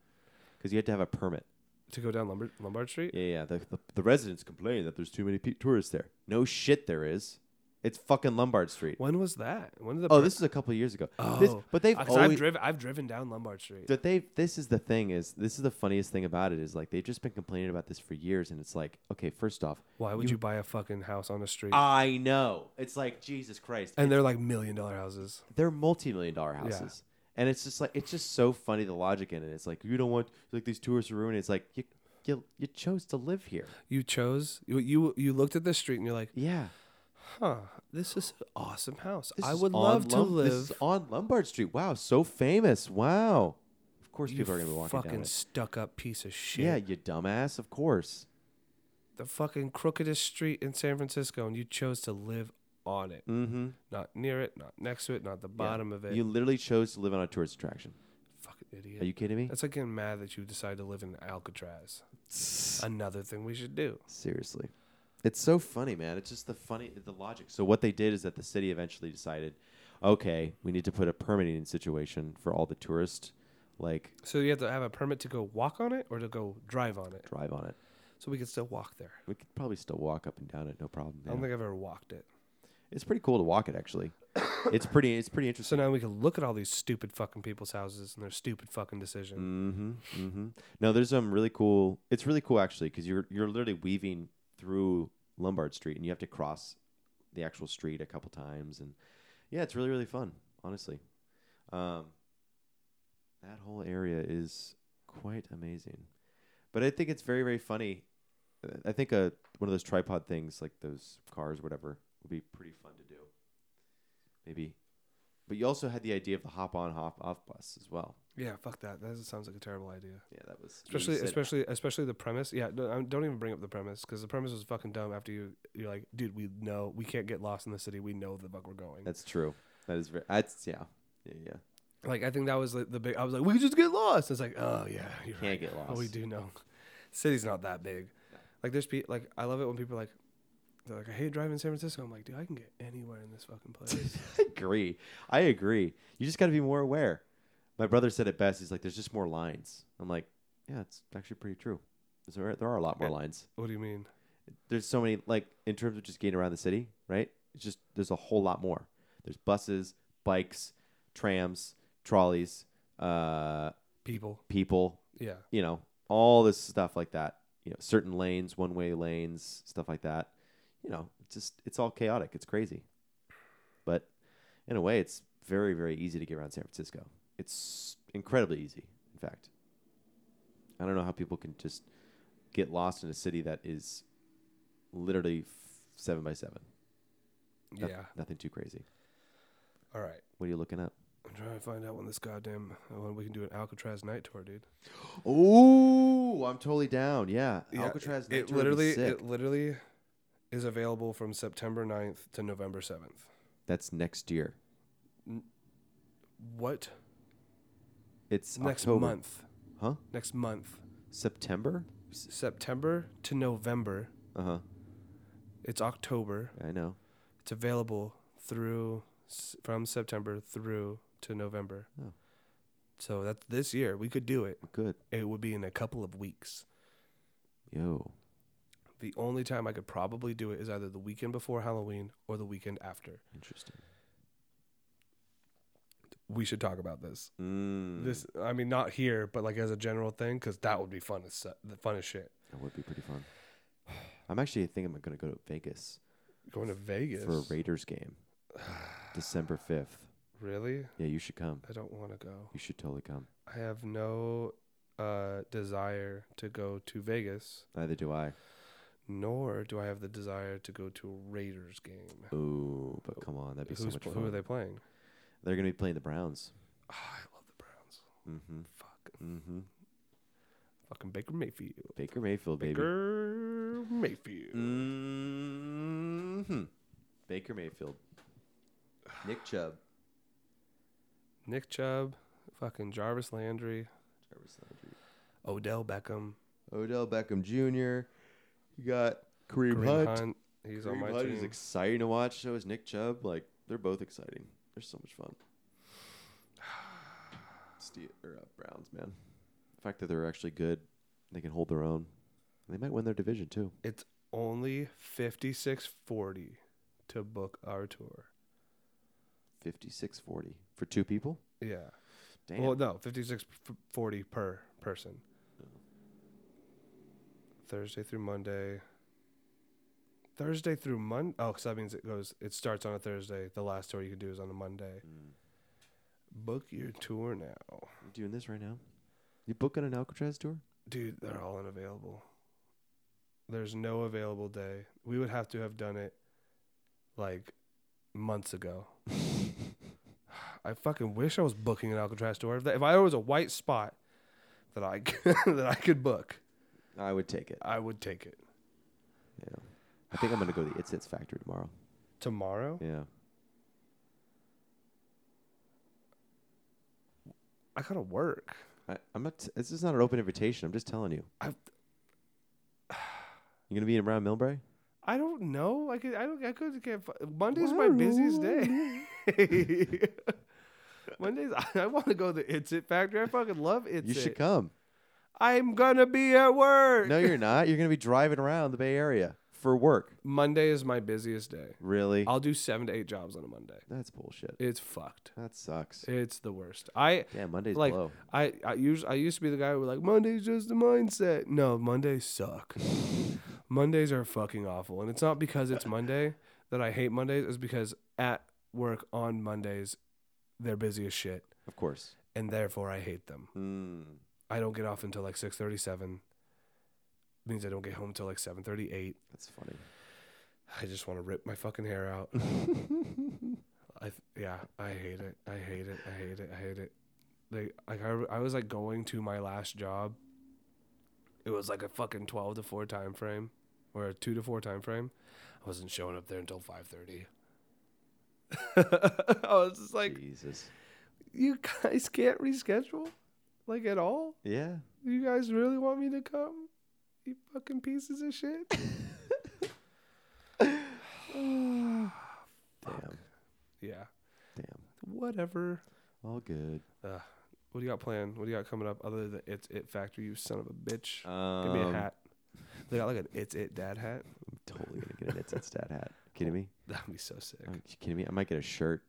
Speaker 3: because you had to have a permit.
Speaker 2: to go down Lombard Lombard Street?
Speaker 3: Yeah, yeah. The, the, the residents complain that there's too many pe- tourists there. No shit, there is. It's fucking Lombard Street.
Speaker 2: When was that? When did the
Speaker 3: Oh, this is a couple of years ago.
Speaker 2: Oh,
Speaker 3: This, but they've
Speaker 2: 'cause I've
Speaker 3: always.
Speaker 2: driven I've driven down Lombard Street.
Speaker 3: But they this is the thing is this is the funniest thing about it is like they've just been complaining about this for years and it's like okay first off
Speaker 2: Why would you, buy a fucking house on a street?
Speaker 3: I know it's like Jesus Christ
Speaker 2: and they're like million dollar houses.
Speaker 3: they're multi-million dollar houses and it's just like it's just so funny the logic in it it's like you don't want like these tourists are ruining it. it's like you you you chose to live here
Speaker 2: You chose you you, you looked at this street and you're like,
Speaker 3: yeah
Speaker 2: huh, this is an awesome house.
Speaker 3: This
Speaker 2: I
Speaker 3: is
Speaker 2: would
Speaker 3: on
Speaker 2: love to
Speaker 3: Lom-
Speaker 2: live.
Speaker 3: This is on Lombard Street. Wow, so famous. Wow. Of course,
Speaker 2: you
Speaker 3: people are gonna be walking
Speaker 2: fucking
Speaker 3: down it.
Speaker 2: stuck up piece of shit.
Speaker 3: Yeah, you dumbass. Of course.
Speaker 2: the fucking crookedest street in San Francisco, and you chose to live on it,
Speaker 3: Mm-hmm.
Speaker 2: not near it, not next to it, not the bottom of it.
Speaker 3: You literally chose to live on a tourist attraction.
Speaker 2: fucking idiot.
Speaker 3: Are you kidding me?
Speaker 2: That's like getting mad that you decide to live in Alcatraz. Another thing we should do.
Speaker 3: Seriously. It's so funny, man. It's just the funny the logic. So what they did is that the city eventually decided, okay, we need to put a permitting situation for all the tourists, like
Speaker 2: So you have to have a permit to go walk on it or to go drive on it.
Speaker 3: drive on it.
Speaker 2: So we can still walk there.
Speaker 3: We could probably still walk up and down it, no problem.
Speaker 2: I don't
Speaker 3: yeah.
Speaker 2: think I've ever walked it.
Speaker 3: It's pretty cool to walk it actually. it's pretty it's pretty interesting.
Speaker 2: So now we can look at all these stupid fucking people's houses and their stupid fucking decision.
Speaker 3: Mm-hmm. Mm-hmm. No, there's some really cool. It's really cool actually because you're you're literally weaving through Lombard Street and you have to cross the actual street a couple times and yeah, it's really really fun. Honestly, um, that whole area is quite amazing. But I think it's very very funny. Uh, I think uh one of those tripod things like those cars or whatever would be pretty fun to do. Maybe. But you also had the idea of the hop on hop off bus as well.
Speaker 2: Yeah, fuck that. That sounds like a terrible idea.
Speaker 3: Yeah, that was you
Speaker 2: Especially,
Speaker 3: said-
Speaker 2: especially, especially the premise. Yeah, no, um, don't even bring up the premise because the premise was fucking dumb. After you, you're like, dude, we know we can't get lost in the city. We know the fuck we're going.
Speaker 3: That's true. That is very. That's yeah, yeah, yeah.
Speaker 2: like, I think that was like, the big. I was like, we could just get lost. It's like, oh yeah, you're
Speaker 3: Can't
Speaker 2: right.
Speaker 3: get
Speaker 2: Oh, we
Speaker 3: lost.
Speaker 2: do know. *laughs* City's not that big. Like there's people. Like I love it when people are like, they're like, I hate driving in San Francisco. I'm like, dude, I can get anywhere in this fucking
Speaker 3: *laughs*
Speaker 2: place.
Speaker 3: *laughs* I agree. I agree. You just got to be more aware. My brother said it best. He's like, "There's just more lines." I'm like, "Yeah, it's actually pretty true. There are, there are a lot more lines.
Speaker 2: what do you mean?
Speaker 3: There's so many like in terms of just getting around the city, right? It's just there's a whole lot more. There's buses, bikes, trams, trolleys, uh,
Speaker 2: People.
Speaker 3: people.
Speaker 2: Yeah.
Speaker 3: you know, all this stuff like that. You know, certain lanes, one way lanes, stuff like that. You know, it's just it's all chaotic. It's crazy. But in a way, it's very, very easy to get around San Francisco. It's incredibly easy, in fact. I don't know how people can just get lost in a city that is literally f- seven by seven. Noth-
Speaker 2: Yeah.
Speaker 3: Nothing too crazy.
Speaker 2: All right.
Speaker 3: What are you looking up?
Speaker 2: I'm trying to find out when this goddamn when we can do an Alcatraz night tour, dude.
Speaker 3: Oh, I'm totally down. Yeah.
Speaker 2: Yeah,
Speaker 3: Alcatraz
Speaker 2: It, it
Speaker 3: Night Tour would be
Speaker 2: literally,
Speaker 3: sick.
Speaker 2: it literally is available from September 9th to November 7th.
Speaker 3: That's next year.
Speaker 2: What?
Speaker 3: It's
Speaker 2: Next
Speaker 3: October.
Speaker 2: month.
Speaker 3: Huh?
Speaker 2: Next month.
Speaker 3: September?
Speaker 2: September to November.
Speaker 3: Uh huh.
Speaker 2: It's October.
Speaker 3: I know.
Speaker 2: It's available through s- from September through to November.
Speaker 3: Oh.
Speaker 2: So that's this year. We could do it.
Speaker 3: Good.
Speaker 2: It would be in a couple of weeks.
Speaker 3: Yo.
Speaker 2: The only time I could probably do it is either the weekend before Halloween or the weekend after.
Speaker 3: Interesting.
Speaker 2: We should talk about this.
Speaker 3: Mm,
Speaker 2: This, I mean, not here, but like as a general thing, because that would be fun as su- the fun as shit.
Speaker 3: that would be pretty fun. I'm actually thinking I'm going to go to Vegas
Speaker 2: Going to Vegas
Speaker 3: for a Raiders game December 5th.
Speaker 2: Really?
Speaker 3: Yeah, you should come.
Speaker 2: I don't want to go.
Speaker 3: You should totally come.
Speaker 2: I have no uh, desire to go to Vegas,
Speaker 3: Neither do I.
Speaker 2: nor do I have the desire to go to a Raiders game.
Speaker 3: Ooh, but come on. That'd be so
Speaker 2: Who's,
Speaker 3: much
Speaker 2: who
Speaker 3: fun.
Speaker 2: are they playing?
Speaker 3: They're going to be playing the Browns.
Speaker 2: Ah, I love the Browns.
Speaker 3: Mm-hmm.
Speaker 2: Fuck.
Speaker 3: Mm-hmm.
Speaker 2: Fucking Baker Mayfield.
Speaker 3: Baker Mayfield, baby.
Speaker 2: Baker Mayfield.
Speaker 3: Mm-hmm. Baker Mayfield. Nick Chubb.
Speaker 2: Nick Chubb. Fucking Jarvis Landry.
Speaker 3: Jarvis Landry.
Speaker 2: Odell Beckham.
Speaker 3: Odell Beckham Jr. You got Kareem,
Speaker 2: Kareem
Speaker 3: Hunt.
Speaker 2: Hunt. He's on
Speaker 3: Kareem
Speaker 2: my
Speaker 3: Hunt
Speaker 2: team.
Speaker 3: is exciting to watch. So is Nick Chubb. Like they're both exciting. They're so much fun. *sighs* Steve or uh, Browns, man. The fact that they're actually good, they can hold their own. They might win their division too.
Speaker 2: it's only 5640 to book our tour.
Speaker 3: 56-40 for two people.
Speaker 2: Yeah.
Speaker 3: Damn.
Speaker 2: Well, no, 5640 per person. Thursday through Monday. Thursday through Monday. Oh, because that means it goes. It starts on a Thursday. The last tour you can do is on a Monday. Book your tour now,
Speaker 3: You're doing this right now. You booking an Alcatraz tour?
Speaker 2: dude. They're all unavailable. There's no available day. We would have to have done it like months
Speaker 3: *laughs*
Speaker 2: ago. I fucking wish I was booking an Alcatraz tour. If, that, if I was a white spot that I *laughs* that I could book,
Speaker 3: I would take it.
Speaker 2: I would take it.
Speaker 3: Yeah. I think I'm gonna go to the It's It's Factory tomorrow.
Speaker 2: Tomorrow,
Speaker 3: Yeah.
Speaker 2: I gotta work.
Speaker 3: I, I'm not. This is not an open invitation. I'm just telling you.
Speaker 2: I
Speaker 3: You gonna be around Millbrae?
Speaker 2: I don't know. I could I don't I could get fu- Monday's my busiest day. *laughs* Mondays *laughs* I, I want to go to It's It Factory. I fucking love It's
Speaker 3: you
Speaker 2: It.
Speaker 3: should come.
Speaker 2: I'm gonna be at work.
Speaker 3: No, you're not. You're gonna be driving around the Bay Area for work.
Speaker 2: Monday is my busiest day.
Speaker 3: Really?
Speaker 2: I'll do seven to eight jobs on a Monday.
Speaker 3: That's bullshit.
Speaker 2: It's fucked.
Speaker 3: That sucks.
Speaker 2: It's the worst. I
Speaker 3: Yeah, Monday's
Speaker 2: like
Speaker 3: blow.
Speaker 2: I I used I used to be the guy who was like Mondays just the mindset. No, Mondays suck. Mondays are fucking awful, and it's not because it's Monday that I hate Mondays. It's because at work on Mondays, they're busy as shit,
Speaker 3: Of course.
Speaker 2: and therefore I hate them.
Speaker 3: Mm.
Speaker 2: I don't get off until like six thirty seven. Means I don't get home until like seven thirty eight.
Speaker 3: That's funny.
Speaker 2: I just want to rip my fucking hair out. I th- yeah, I hate it. I hate it. I hate it. I hate it. Like like I, re- I was like going to my last job. It was like a fucking twelve to four time frame, or a two to four time frame. I wasn't showing up there until five thirty. *laughs* I was just like,
Speaker 3: Jesus.
Speaker 2: you guys can't reschedule, like at all.
Speaker 3: Yeah.
Speaker 2: You guys really want me to come? You fucking pieces of shit. *laughs*
Speaker 3: Damn.
Speaker 2: yeah,
Speaker 3: Damn.
Speaker 2: whatever.
Speaker 3: All good.
Speaker 2: Ugh. What do you got planned? What do you got coming up other than the It's It Factory, you son of a bitch?
Speaker 3: Um,
Speaker 2: Give me a hat. They got like an It's It Dad hat. *laughs*
Speaker 3: I'm Um, totally gonna get an It's It's Dad hat. Kidding me?
Speaker 2: That'd be so sick.
Speaker 3: Are you kidding me? I might get a shirt.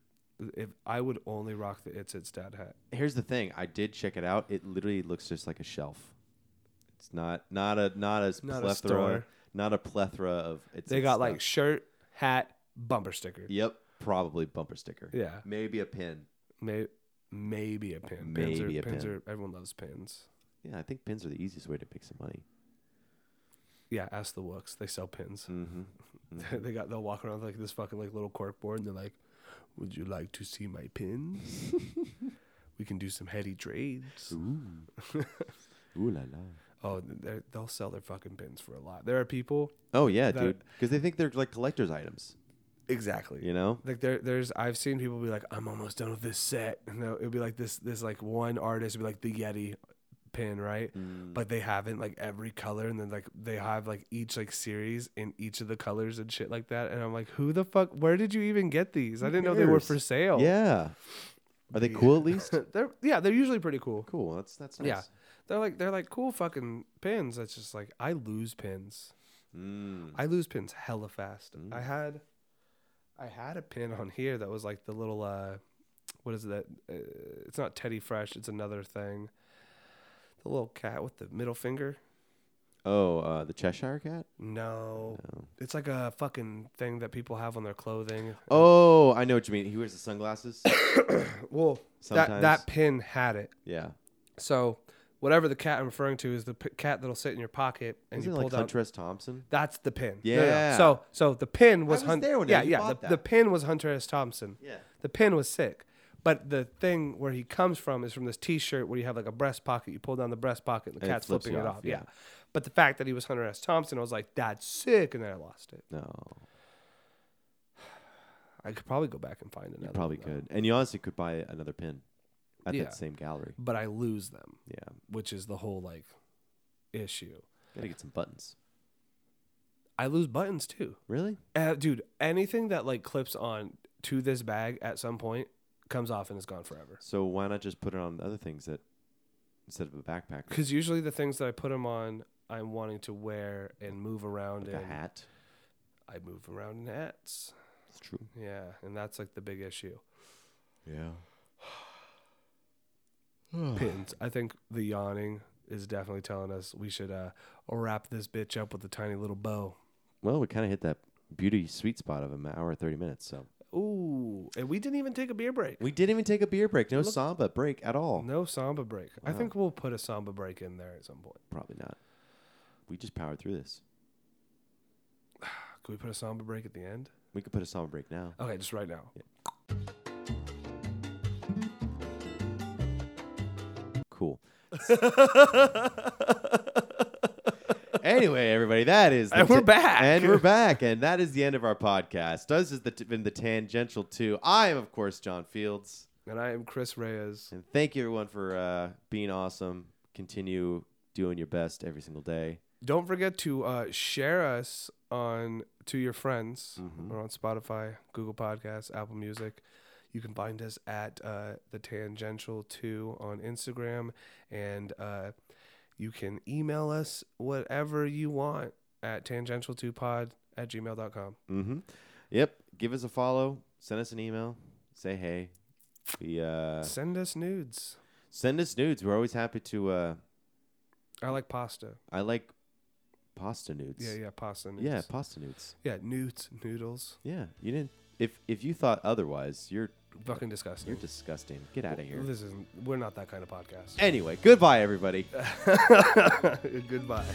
Speaker 2: If I would only rock the It's It's Dad hat.
Speaker 3: Here's the thing. I did check it out. It literally looks just like a shelf. It's not not a not as
Speaker 2: Not a
Speaker 3: plethora
Speaker 2: store.
Speaker 3: not a plethora of. It's
Speaker 2: They
Speaker 3: It's
Speaker 2: got like
Speaker 3: stuff.
Speaker 2: shirt, hat, bumper sticker.
Speaker 3: Yep. Probably bumper sticker.
Speaker 2: Yeah.
Speaker 3: Maybe a pin.
Speaker 2: May- maybe a pin. pins
Speaker 3: Maybe
Speaker 2: are,
Speaker 3: a
Speaker 2: pins
Speaker 3: pin.
Speaker 2: Are, everyone loves pins.
Speaker 3: Yeah, I think pins are the easiest way to make some money.
Speaker 2: yeah, ask the Wooks. They sell pins. *laughs* they got they'll walk around with, like this fucking like little cork board and they're like, Would you like to see my pins? *laughs* we can do some heady trades.
Speaker 3: Ooh la la.
Speaker 2: Oh, they're- they'll sell their fucking pins for a lot. There are people
Speaker 3: Oh yeah,
Speaker 2: That-
Speaker 3: dude. Because they think they're like collector's items.
Speaker 2: Exactly.
Speaker 3: You know.
Speaker 2: like there there's I've seen people be like, I'm almost done with this set. And they'll- it'll be like this this like one artist would be like the Yeti pin, right? But they haven't like every color and then like they have like each like series in each of the colors and shit like that. And I'm like, who the fuck where did you even get these? I didn't know they were
Speaker 3: cares?
Speaker 2: for sale.
Speaker 3: Yeah. Are they cool
Speaker 2: *laughs*
Speaker 3: at least?
Speaker 2: they're yeah, they're usually pretty cool.
Speaker 3: cool. That's that's nice.
Speaker 2: Yeah. They're like they're like cool fucking pins. That's just like I lose pins.
Speaker 3: Mm.
Speaker 2: I lose pins hella fast. I had, I had a pin on here that was like the little, uh, what is it that? Uh, it's not Teddy Fresh. It's another thing. The little cat with the middle finger.
Speaker 3: Oh, uh, the Cheshire Cat.
Speaker 2: No, it's like a fucking thing that people have on their clothing.
Speaker 3: Oh, I know what you mean. He wears
Speaker 2: *coughs*
Speaker 3: the sunglasses.
Speaker 2: Well, that
Speaker 3: Sometimes.
Speaker 2: that pin had it.
Speaker 3: yeah.
Speaker 2: So whatever the cat I'm referring to is the p- cat that'll sit in your pocket and
Speaker 3: Isn't
Speaker 2: you
Speaker 3: it
Speaker 2: pull
Speaker 3: like
Speaker 2: down.
Speaker 3: Huntress Thompson?
Speaker 2: That's the pin.
Speaker 3: Yeah.
Speaker 2: So so the pin was,
Speaker 3: was
Speaker 2: Hun-
Speaker 3: there when
Speaker 2: Yeah,
Speaker 3: you
Speaker 2: yeah.
Speaker 3: bought
Speaker 2: the,
Speaker 3: that.
Speaker 2: the pin was Hunter S. Thompson.
Speaker 3: Yeah.
Speaker 2: The pin was sick. But the thing where he comes from is from this T-shirt where you have like a breast pocket. You pull down the breast pocket, and the
Speaker 3: And it
Speaker 2: cat's
Speaker 3: flips
Speaker 2: flipping
Speaker 3: you
Speaker 2: it
Speaker 3: off,
Speaker 2: off. Yeah.
Speaker 3: yeah.
Speaker 2: But the fact that he was Hunter S. Thompson, I was like, that's sick, and then I lost it.
Speaker 3: No,
Speaker 2: I could probably go back and find another.
Speaker 3: you probably
Speaker 2: one, though.
Speaker 3: could, and you honestly could buy another pin at
Speaker 2: Yeah.
Speaker 3: that same gallery.
Speaker 2: But I lose them,
Speaker 3: Yeah,
Speaker 2: which is the whole like issue.
Speaker 3: gotta get some buttons.
Speaker 2: I lose buttons too.
Speaker 3: Really?
Speaker 2: Uh, dude, anything that like clips on to this bag at some point comes off and is gone forever.
Speaker 3: So why not just put it on other things that instead of a backpack,
Speaker 2: Because usually the things that I put them on, I'm wanting to wear and move around.
Speaker 3: like a
Speaker 2: and
Speaker 3: hat?
Speaker 2: I move around in hats.
Speaker 3: It's true.
Speaker 2: Yeah, and that's like the big issue.
Speaker 3: Yeah. Hmm.
Speaker 2: Pins. I think the yawning is definitely telling us we should uh, wrap this bitch up with a tiny little bow.
Speaker 3: Well, we kind of hit that beauty sweet spot of an hour and thirty minutes. So
Speaker 2: Ooh, and we didn't even take a beer break.
Speaker 3: we didn't even take a beer break. No samba break at all.
Speaker 2: No samba break. I think
Speaker 3: Uh-huh.
Speaker 2: we'll put a samba break in there at some point.
Speaker 3: Probably not. We just powered through this.
Speaker 2: Can we put a samba break at the end?
Speaker 3: We could put a samba break now.
Speaker 2: Okay, just right now. Uh.
Speaker 3: Cool. anyway, everybody, that
Speaker 2: *laughs*
Speaker 3: is the
Speaker 2: And we're
Speaker 3: ta-
Speaker 2: back.
Speaker 3: and we're back, and that is the end of our podcast. This has the t- been the tangential two. I am, of course, John Fields,
Speaker 2: And I am Chris Reyes.
Speaker 3: and thank you everyone for uh, being awesome. Continue doing your best every single day.
Speaker 2: Don't forget to uh, share us on to your friends.
Speaker 3: Mm-hmm.
Speaker 2: We're on Spotify, Google Podcasts, Apple Music. You can find us at uh, the Tangential Two on Instagram, and uh, you can email us whatever you want at tangential two pod at gmail.com.
Speaker 3: Mm-hmm. Yep. Give us a follow. Send us an email. Say hey. We uh,
Speaker 2: Send us nudes.
Speaker 3: send us nudes. We're always happy to. Uh,
Speaker 2: I like pasta.
Speaker 3: I like pasta nudes.
Speaker 2: Yeah, yeah, pasta nudes.
Speaker 3: Yeah, pasta nudes.
Speaker 2: yeah, nudes, noodles.
Speaker 3: Yeah, you didn't. If if you thought otherwise, you're
Speaker 2: Fucking
Speaker 3: you're
Speaker 2: disgusting.
Speaker 3: disgusting. Get out of here.
Speaker 2: This isn't. We're
Speaker 3: *laughs*
Speaker 2: not that kind of podcast.
Speaker 3: Anyway, goodbye, everybody.
Speaker 2: Goodbye.